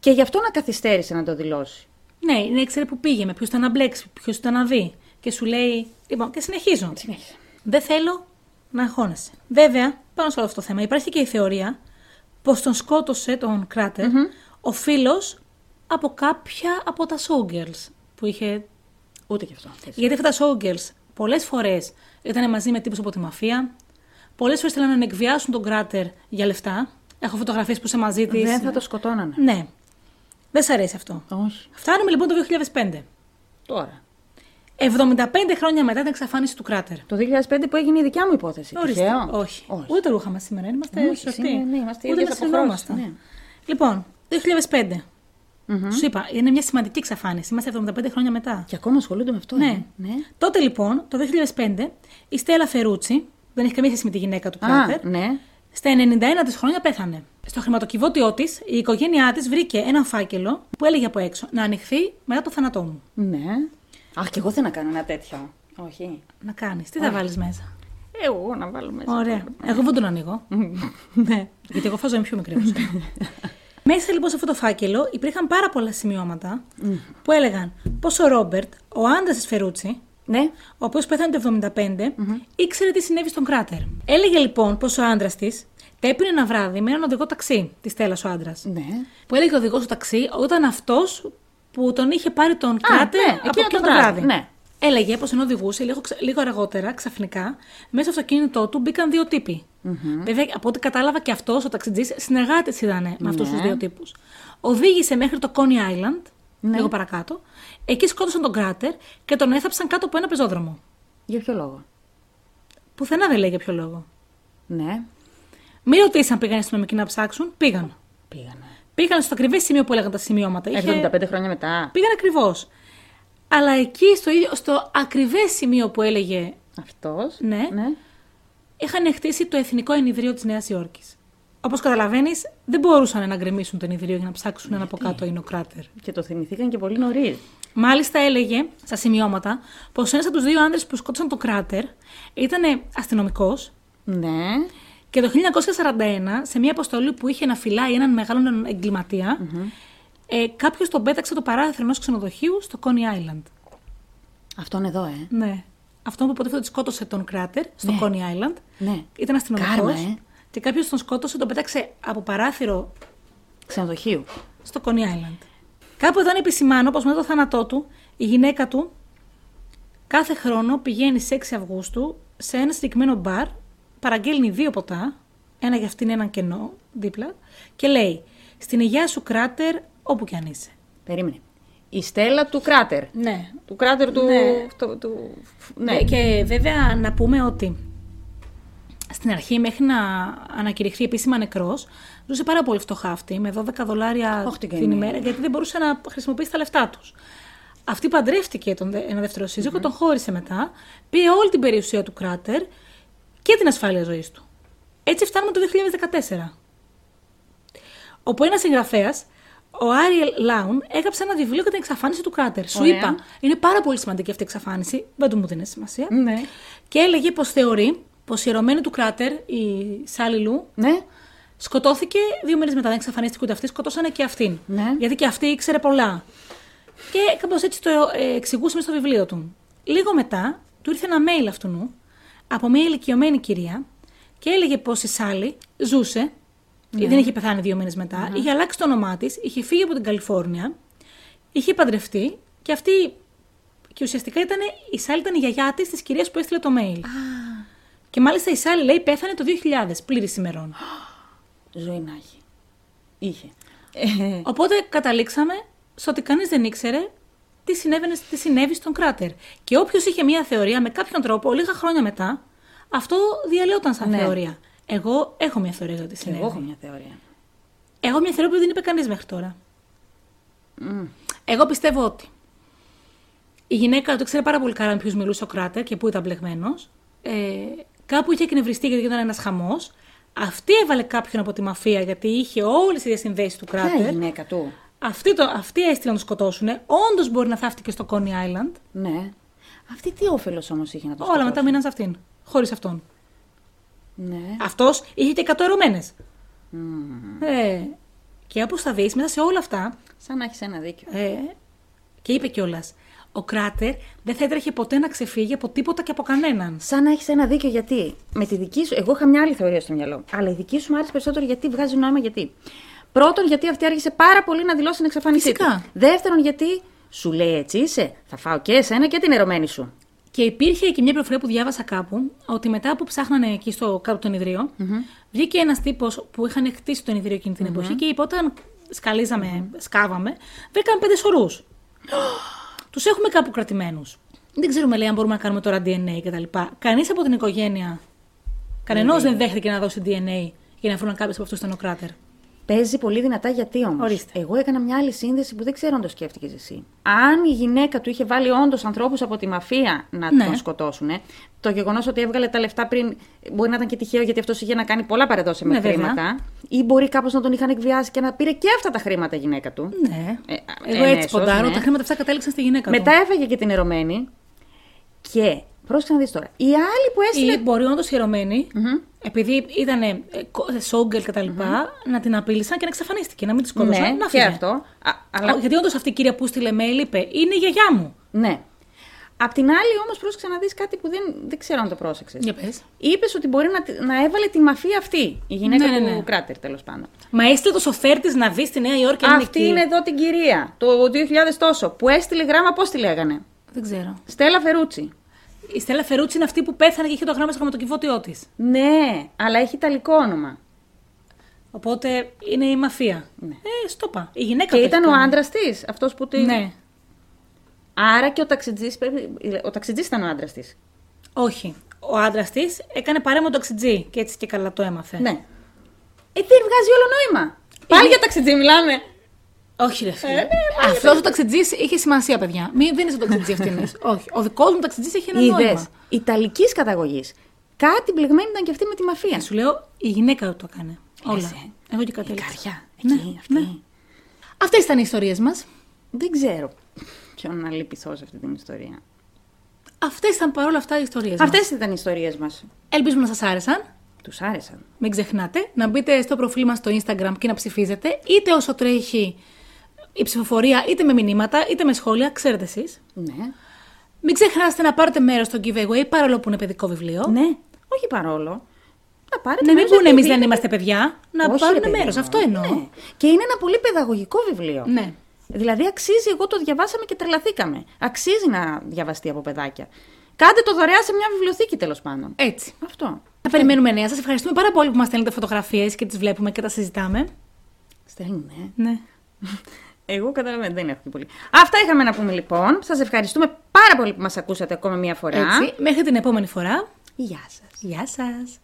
και γι' αυτό να καθυστέρησε να το δηλώσει.
Ναι, ναι, ήξερε που πήγε, με ποιους ήταν να μπλέξει, ποιου ήταν να δει. Και σου λέει. Λοιπόν, και συνεχίζω.
Συνέχισε.
Δεν θέλω να αγχώνεσαι. Βέβαια, πάνω σε όλο αυτό το θέμα, υπάρχει και η θεωρία πως τον σκότωσε τον κρατερ ο φίλος από κάποια από τα showgirls που είχε.
Ούτε κι αυτό.
Γιατί αυτά τα showgirls πολλές φορές ήταν μαζί με τύπους από τη μαφία. Πολλές φορές θέλανε να εκβιάσουν τον κράτερ για λεφτά. Έχω φωτογραφίες που είσαι μαζί της.
Δεν θα το σκοτώνανε.
Ναι. Δεν σ' αρέσει αυτό.
Όχι.
Φτάνουμε λοιπόν το 2005.
Τώρα.
75 χρόνια μετά την εξαφάνιση του κράτερ.
Το 2005 που έγινε η δικιά μου υπόθεση.
Ορίστε.
Τυχαίο.
Όχι.
Όχι.
Ούτε το ρούχα μας σήμερα. Είμαστε
Όχι,
σωστοί.
σήμερα, ναι, είμαστε
Ούτε
ίδιες
μας
αποχρώσεις,
συνεννόμασταν.
ναι.
Λοιπόν, 2005. Σου είπα, είναι μια σημαντική εξαφάνιση. Είμαστε 75 χρόνια μετά.
Και ακόμα ασχολούνται με αυτό.
Ναι.
ε. ναι.
Τότε λοιπόν, το 2005, η Στέλλα Φερούτσι, που δεν έχει καμία σχέση με τη γυναίκα του Κράτερ,
Α, ναι.
στα 91 της χρόνια πέθανε. Στο χρηματοκιβώτιό της, η οικογένειά της βρήκε έναν φάκελο που έλεγε από έξω να ανοιχθεί μετά το θάνατό μου.
Ναι. Αχ, κι εγώ θέλω να κάνω ένα τέτοιο. Όχι.
Να κάνεις. Τι θα βάλεις μέσα.
Εγώ να βάλω μέσα.
Ωραία. Εγώ δεν τον ανοίγω. [laughs] ναι. Γιατί εγώ φάζω είμαι πιο μικρή. όπως [laughs] είπα. Μέσα λοιπόν σε αυτό το φάκελο υπήρχαν πάρα πολλά σημειώματα που έλεγαν πω ο Ρόμπερτ, ο άντρας της Φερούτσι,
Ναι.
ο οποίος πέθανε το 75, ήξερε τι συνέβη στον κράτερ. Έλεγε λοιπόν πως ο άντρας της τα έπινε ένα βράδυ με έναν οδηγό ταξί της Στέλλα ο άντρας.
Ναι.
Που έλεγε ο οδηγός του ταξί όταν αυτός που τον είχε πάρει τον κράτερ
ναι,
από
εκείνο
εκείνο το
το βράδυ,
βράδυ.
ναι.
Έλεγε πως ενώ οδηγούσε λίγο, ξα- λίγο αργότερα, ξαφνικά, μέσα στο αυτοκίνητό του μπήκαν δύο τύποι. Βέβαια, από ό,τι κατάλαβα και αυτός ο ταξιτζής συνεργάτες ήταν με αυτούς
Ναι.
τους δύο τύπους. Οδήγησε μέχρι το Coney Island,
Ναι.
λίγο παρακάτω. Εκεί σκότωσαν τον κράτερ και τον έθαψαν κάτω από ένα πεζόδρομο.
Για ποιο λόγο.
Πουθενά δεν λέει για ποιο λόγο.
Ναι.
Μην ρωτήσαν αν πήγαν οι αστυνομικοί να ψάξουν. Πήγαν.
Πήγανε.
Πήγαν στο ακριβές σημείο που έλεγαν τα σημειώματα. Είχε-
75 χρόνια μετά.
Πήγαν ακριβώς. Αλλά εκεί στο, ίδιο- στο ακριβές σημείο που έλεγε
Αυτός.
Ναι. είχαν χτίσει το Εθνικό Ενιδρύο της Νέας Υόρκης. Όπως καταλαβαίνεις, δεν μπορούσαν να γκρεμίσουν το ενιδρύο για να ψάξουν αν από κάτω είναι ο κράτερ.
Και το θυμηθήκαν και πολύ νωρίς.
Μάλιστα έλεγε στα σημειώματα πως ένας από τους δύο άντρε που σκότωσαν το κράτερ ήταν αστυνομικός
Ναι.
και το 1941 σε μια αποστολή που είχε να φυλάει έναν μεγάλο εγκληματία, ε, κάποιος τον πέταξε το παράθυρο ενός ξενοδοχείου στο Coney Island.
Αυτό είναι εδώ, ε.
Ναι. Αυτό που υποτίθεται ότι σκότωσε τον κράτερ στο
Ναι.
Coney Island.
Ναι.
Ήταν αστυνομικός.
Κάρμα, ε.
Και κάποιος τον σκότωσε, τον πέταξε από παράθυρο
Ξενοδοχείου.
στο Coney Island. Κάπου εδώ να επισημάνω πως μετά το θάνατό του, η γυναίκα του κάθε χρόνο πηγαίνει στις 6 Αυγούστου σε ένα συγκεκριμένο μπαρ, παραγγέλνει δύο ποτά, ένα για αυτήν, ένα κενό δίπλα, και λέει: Στην υγεία σου κράτερ, όπου κι αν είσαι.
Περίμενε. Η στέλα του κράτερ.
Ναι,
Του κράτερ του.
Ναι.
το- του... ναι.
Βε- Και βέβαια να πούμε ότι στην αρχή μέχρι να ανακηρυχθεί επίσημα νεκρός ζούσε πάρα πολύ φτωχά αυτή με 12 δολάρια
Αχ, την
την
καημένη.
ημέρα γιατί δεν μπορούσε να χρησιμοποιήσει τα λεφτά τους. Αυτή παντρεύτηκε τον δε- ένα δεύτερο σύζυγο, τον χώρισε μετά, πήρε όλη την περιουσία του κράτερ και την ασφάλεια ζωής του. Έτσι φτάνουμε το 2014 όπου ένας συγγραφέας, ο Άριελ Λάουν, έγραψε ένα βιβλίο για την εξαφάνιση του κράτερ. Σου
Ωραία.
είπα, είναι πάρα πολύ σημαντική αυτή η εξαφάνιση, δεν του μου δίνει σημασία.
Ναι.
Και έλεγε πως θεωρεί πω η ερωμένη του κράτερ, η Σάλι Λου,
Ναι.
σκοτώθηκε δύο μέρε μετά. Δεν εξαφανίστηκε ούτε αυτή, σκοτώσανε και αυτήν.
Ναι.
Γιατί και αυτή ήξερε πολλά. Και κάπως έτσι το ε, εξηγούσε μες στο βιβλίο του. Λίγο μετά του ήρθε ένα mail αυτού νου από μια ηλικιωμένη κυρία και έλεγε πως η Σάλη ζούσε. Δεν είχε πεθάνει δύο μήνες μετά. Είχε αλλάξει το όνομά της, είχε φύγει από την Καλιφόρνια, είχε παντρευτεί και αυτή. Και ουσιαστικά ήταν, η Σάλη ήταν η γιαγιά της της κυρίας που έστειλε το mail. Και μάλιστα η Σάλη λέει πέθανε το 2000, πλήρης ημερών.
Ζωή να έχει. Είχε. Ε,
Οπότε καταλήξαμε στο ότι κανείς δεν ήξερε τι, συνέβαινε, τι συνέβη στον κράτερ. Και όποιος είχε μία θεωρία, με κάποιον τρόπο, λίγα χρόνια μετά, αυτό διαλέωταν σαν
Ναι.
θεωρία. Εγώ έχω μία θεωρία για το τι
Και
συνέβη.
εγώ έχω μια θεωρία.
Εγώ μια θεωρία που δεν είπε κανείς μέχρι τώρα. Εγώ πιστεύω ότι η γυναίκα το ξέρει πάρα πολύ καλά με ποιους μιλούσε ο Κράτερ και πού ήταν μπλεγμένος. Ε, κάπου είχε εκνευριστεί γιατί ήταν ένας χαμός. Αυτή έβαλε κάποιον από τη μαφία γιατί είχε όλες τι διασυνδέσεις του
Ποια η
Κράτερ.
γυναίκα του.
Αυτή, το, αυτή έστειλε να τον σκοτώσουν. Όντως μπορεί να θαύτηκε και στο Coney Island.
Ναι. Αυτή τι όφελος όμως είχε να το
Όλα μετά
σκοτώσει.
μείναν σε αυτήν. Χωρίς αυτόν.
Ναι.
Αυτός είχε και 100 ερωμένε. Ε, και όπως θα δεις, μέσα σε όλα αυτά,
Σαν να έχεις ένα δίκιο.
Ε, και είπε κιόλας. Ο Κράτερ δεν θα έτρεχε ποτέ να ξεφύγει από τίποτα και από κανέναν.
Σαν να έχεις ένα δίκιο γιατί με τη δική σου. Εγώ είχα μια άλλη θεωρία στο μυαλό. Αλλά η δική σου μου άρεσε περισσότερο γιατί βγάζει νόημα γιατί. Πρώτον, γιατί αυτή άργησε πάρα πολύ να δηλώσει την εξαφάνισή του.
Φυσικά.
Δεύτερον, γιατί σου λέει έτσι είσαι. Θα φάω και εσένα και την ερωμένη σου.
Και υπήρχε και μια πληροφορία που διάβασα κάπου, ότι μετά που ψάχνανε εκεί στο κάτω τον ιδρυο βγήκε ένας τύπος που είχαν χτίσει τον ιδρύο εκείνη την εποχή και είπε: Όταν σκαλίζαμε, σκάβαμε, βρήκαμε πέντε σωρούς. Τους έχουμε κάπου κρατημένους. Δεν ξέρουμε, λέει, αν μπορούμε να κάνουμε τώρα DNA κτλ. Κανείς από την οικογένεια, κανενός δεν δέχτηκε να δώσει DNA για να βρουν αν κάποιος από αυτού ήταν ο Κράτερ.
Παίζει πολύ δυνατά γιατί όμως.
Ορίστε.
Εγώ έκανα μια άλλη σύνδεση που δεν ξέρω αν το σκέφτηκες εσύ. Αν η γυναίκα του είχε βάλει όντως ανθρώπους από τη μαφία να
Ναι.
τον σκοτώσουν, το γεγονός ότι έβγαλε τα λεφτά πριν μπορεί να ήταν και τυχαίο γιατί αυτός είχε να κάνει πολλά παρεδόσια με
Ναι, βέβαια.
χρήματα. Ή μπορεί κάπως να τον είχαν εκβιάσει και να πήρε και αυτά τα χρήματα η γυναίκα του.
Ναι.
Ε, α,
Εγώ έτσι
εμέσως,
ποντάρω.
ναι.
Τα χρήματα αυτά κατέληξαν στη γυναίκα
Μετά
του.
έφαγε και την ερωμένη. Και πρόσεξε να δεις τώρα. Η άλλη που έστειλε.
Ή μπορεί όντως οι ερωμενοι επειδή ε, ήταν σόγγελ και τα λοιπα να την απειλήσαν και να εξαφανίστηκε, να μην τη σκότωσαν.
Ναι,
να
και
φύγε.
αυτό. Α, αλλά...
Αλλά... Γιατί όντως αυτή η κυρία που στείλε mail είπε Είναι η γιαγιά μου.
Ναι. Απ' την άλλη, όμως, πρόσεξε να δεις κάτι που δεν, δεν ξέρω αν το πρόσεξες.
Για πες.
Είπες ότι μπορεί να, τη- να έβαλε τη μαφία αυτή, η γυναίκα
Ναι, ναι,
του
ναι.
κράτερ τέλος πάντων.
Μα έστειλε το σοφέρ της να δεις στη Νέα Υόρκη. αν
αυτή
εκεί.
είναι εδώ την κυρία, το 2000 τόσο, που έστειλε γράμμα, πώς τη λέγανε.
Δεν ξέρω.
Στέλλα Φερούτσι.
Η Στέλλα Φερούτσι είναι αυτή που πέθανε και είχε το γράμμα στο γραμματοκιβώτιό της.
Ναι, αλλά έχει ιταλικό όνομα.
Οπότε είναι η μαφία. Ε, στόπα. Η γυναίκα
Ναι. Και
το
ήταν
έχει
ο
κάνει.
άντρας της, αυτός που τη.
Ναι.
Άρα και ο ταξιτζής. Ο ταξιτζής ήταν ο άντρας της.
Όχι. Ο άντρας της έκανε παρέα με τον ταξιτζή και έτσι και καλά το έμαθε.
Ναι. Ε, δεν βγάζει όλο νόημα. Πάλι για ταξιτζή μιλάμε.
Όχι, ρε
Ε,
φίλε.
ναι, πάλι
Αυτό ο ταξιτζής είχε σημασία, παιδιά. Μην δίνεις τον ταξιτζή αυτήν. [laughs] Όχι. Ο δικός μου ταξιτζής είχε ένα
Είδε.
νόημα.
Ιταλικής καταγωγής. Κάτι μπλεγμένη ήταν και αυτή με τη μαφία.
Σου λέω, η γυναίκα του το έκανε. Όλα.
Λες, ε.
Εγώ και
Η
κατέληξα.
καρδιά.
Ναι,
Εκεί, αυτή.
ναι. Αυτές ήταν οι ιστορίες μας.
Δεν ξέρω ποιον να λυπηθώ σε αυτή την ιστορία.
Αυτές ήταν παρόλα αυτά οι ιστορίες μα.
Αυτέ ήταν οι ιστορίες μας.
Ελπίζουμε να σας άρεσαν.
Τους άρεσαν.
Μην ξεχνάτε να μπείτε στο προφίλ μας στο Instagram και να ψηφίζετε είτε όσο τρέχει η ψηφοφορία, είτε με μηνύματα, είτε με σχόλια. Ξέρετε εσείς.
Ναι.
Μην ξεχνάσετε να πάρετε μέρος στο giveaway παρόλο που είναι παιδικό βιβλίο.
Ναι. Όχι παρόλο. Να πάρετε
Ναι, μην
μέρος
πούνε
επειδή
εμείς δεν είμαστε παιδιά. Να
Όχι, ρε
πάρουν
παιδί
μέρος.
μου.
Αυτό εννοώ.
Ναι. Και είναι ένα πολύ παιδαγωγικό βιβλίο.
Ναι.
Δηλαδή αξίζει, εγώ το διαβάσαμε και τρελαθήκαμε. Αξίζει να διαβαστεί από παιδάκια. Κάντε το δωρεά σε μια βιβλιοθήκη τέλος πάντων.
Έτσι.
Αυτό.
Θα περιμένουμε νέα. Σας ευχαριστούμε πάρα πολύ που μας στέλνετε φωτογραφίες και τις βλέπουμε και τα συζητάμε.
Στέλνουμε.
Ναι.
Εγώ καταλαβαίνω, δεν έχω και πολύ. Αυτά είχαμε να πούμε λοιπόν. Σας ευχαριστούμε πάρα πολύ που μας ακούσατε ακόμα μία φορά.
Έτσι. Μέχρι την επόμενη φορά.
Γεια σας.
Γεια σας.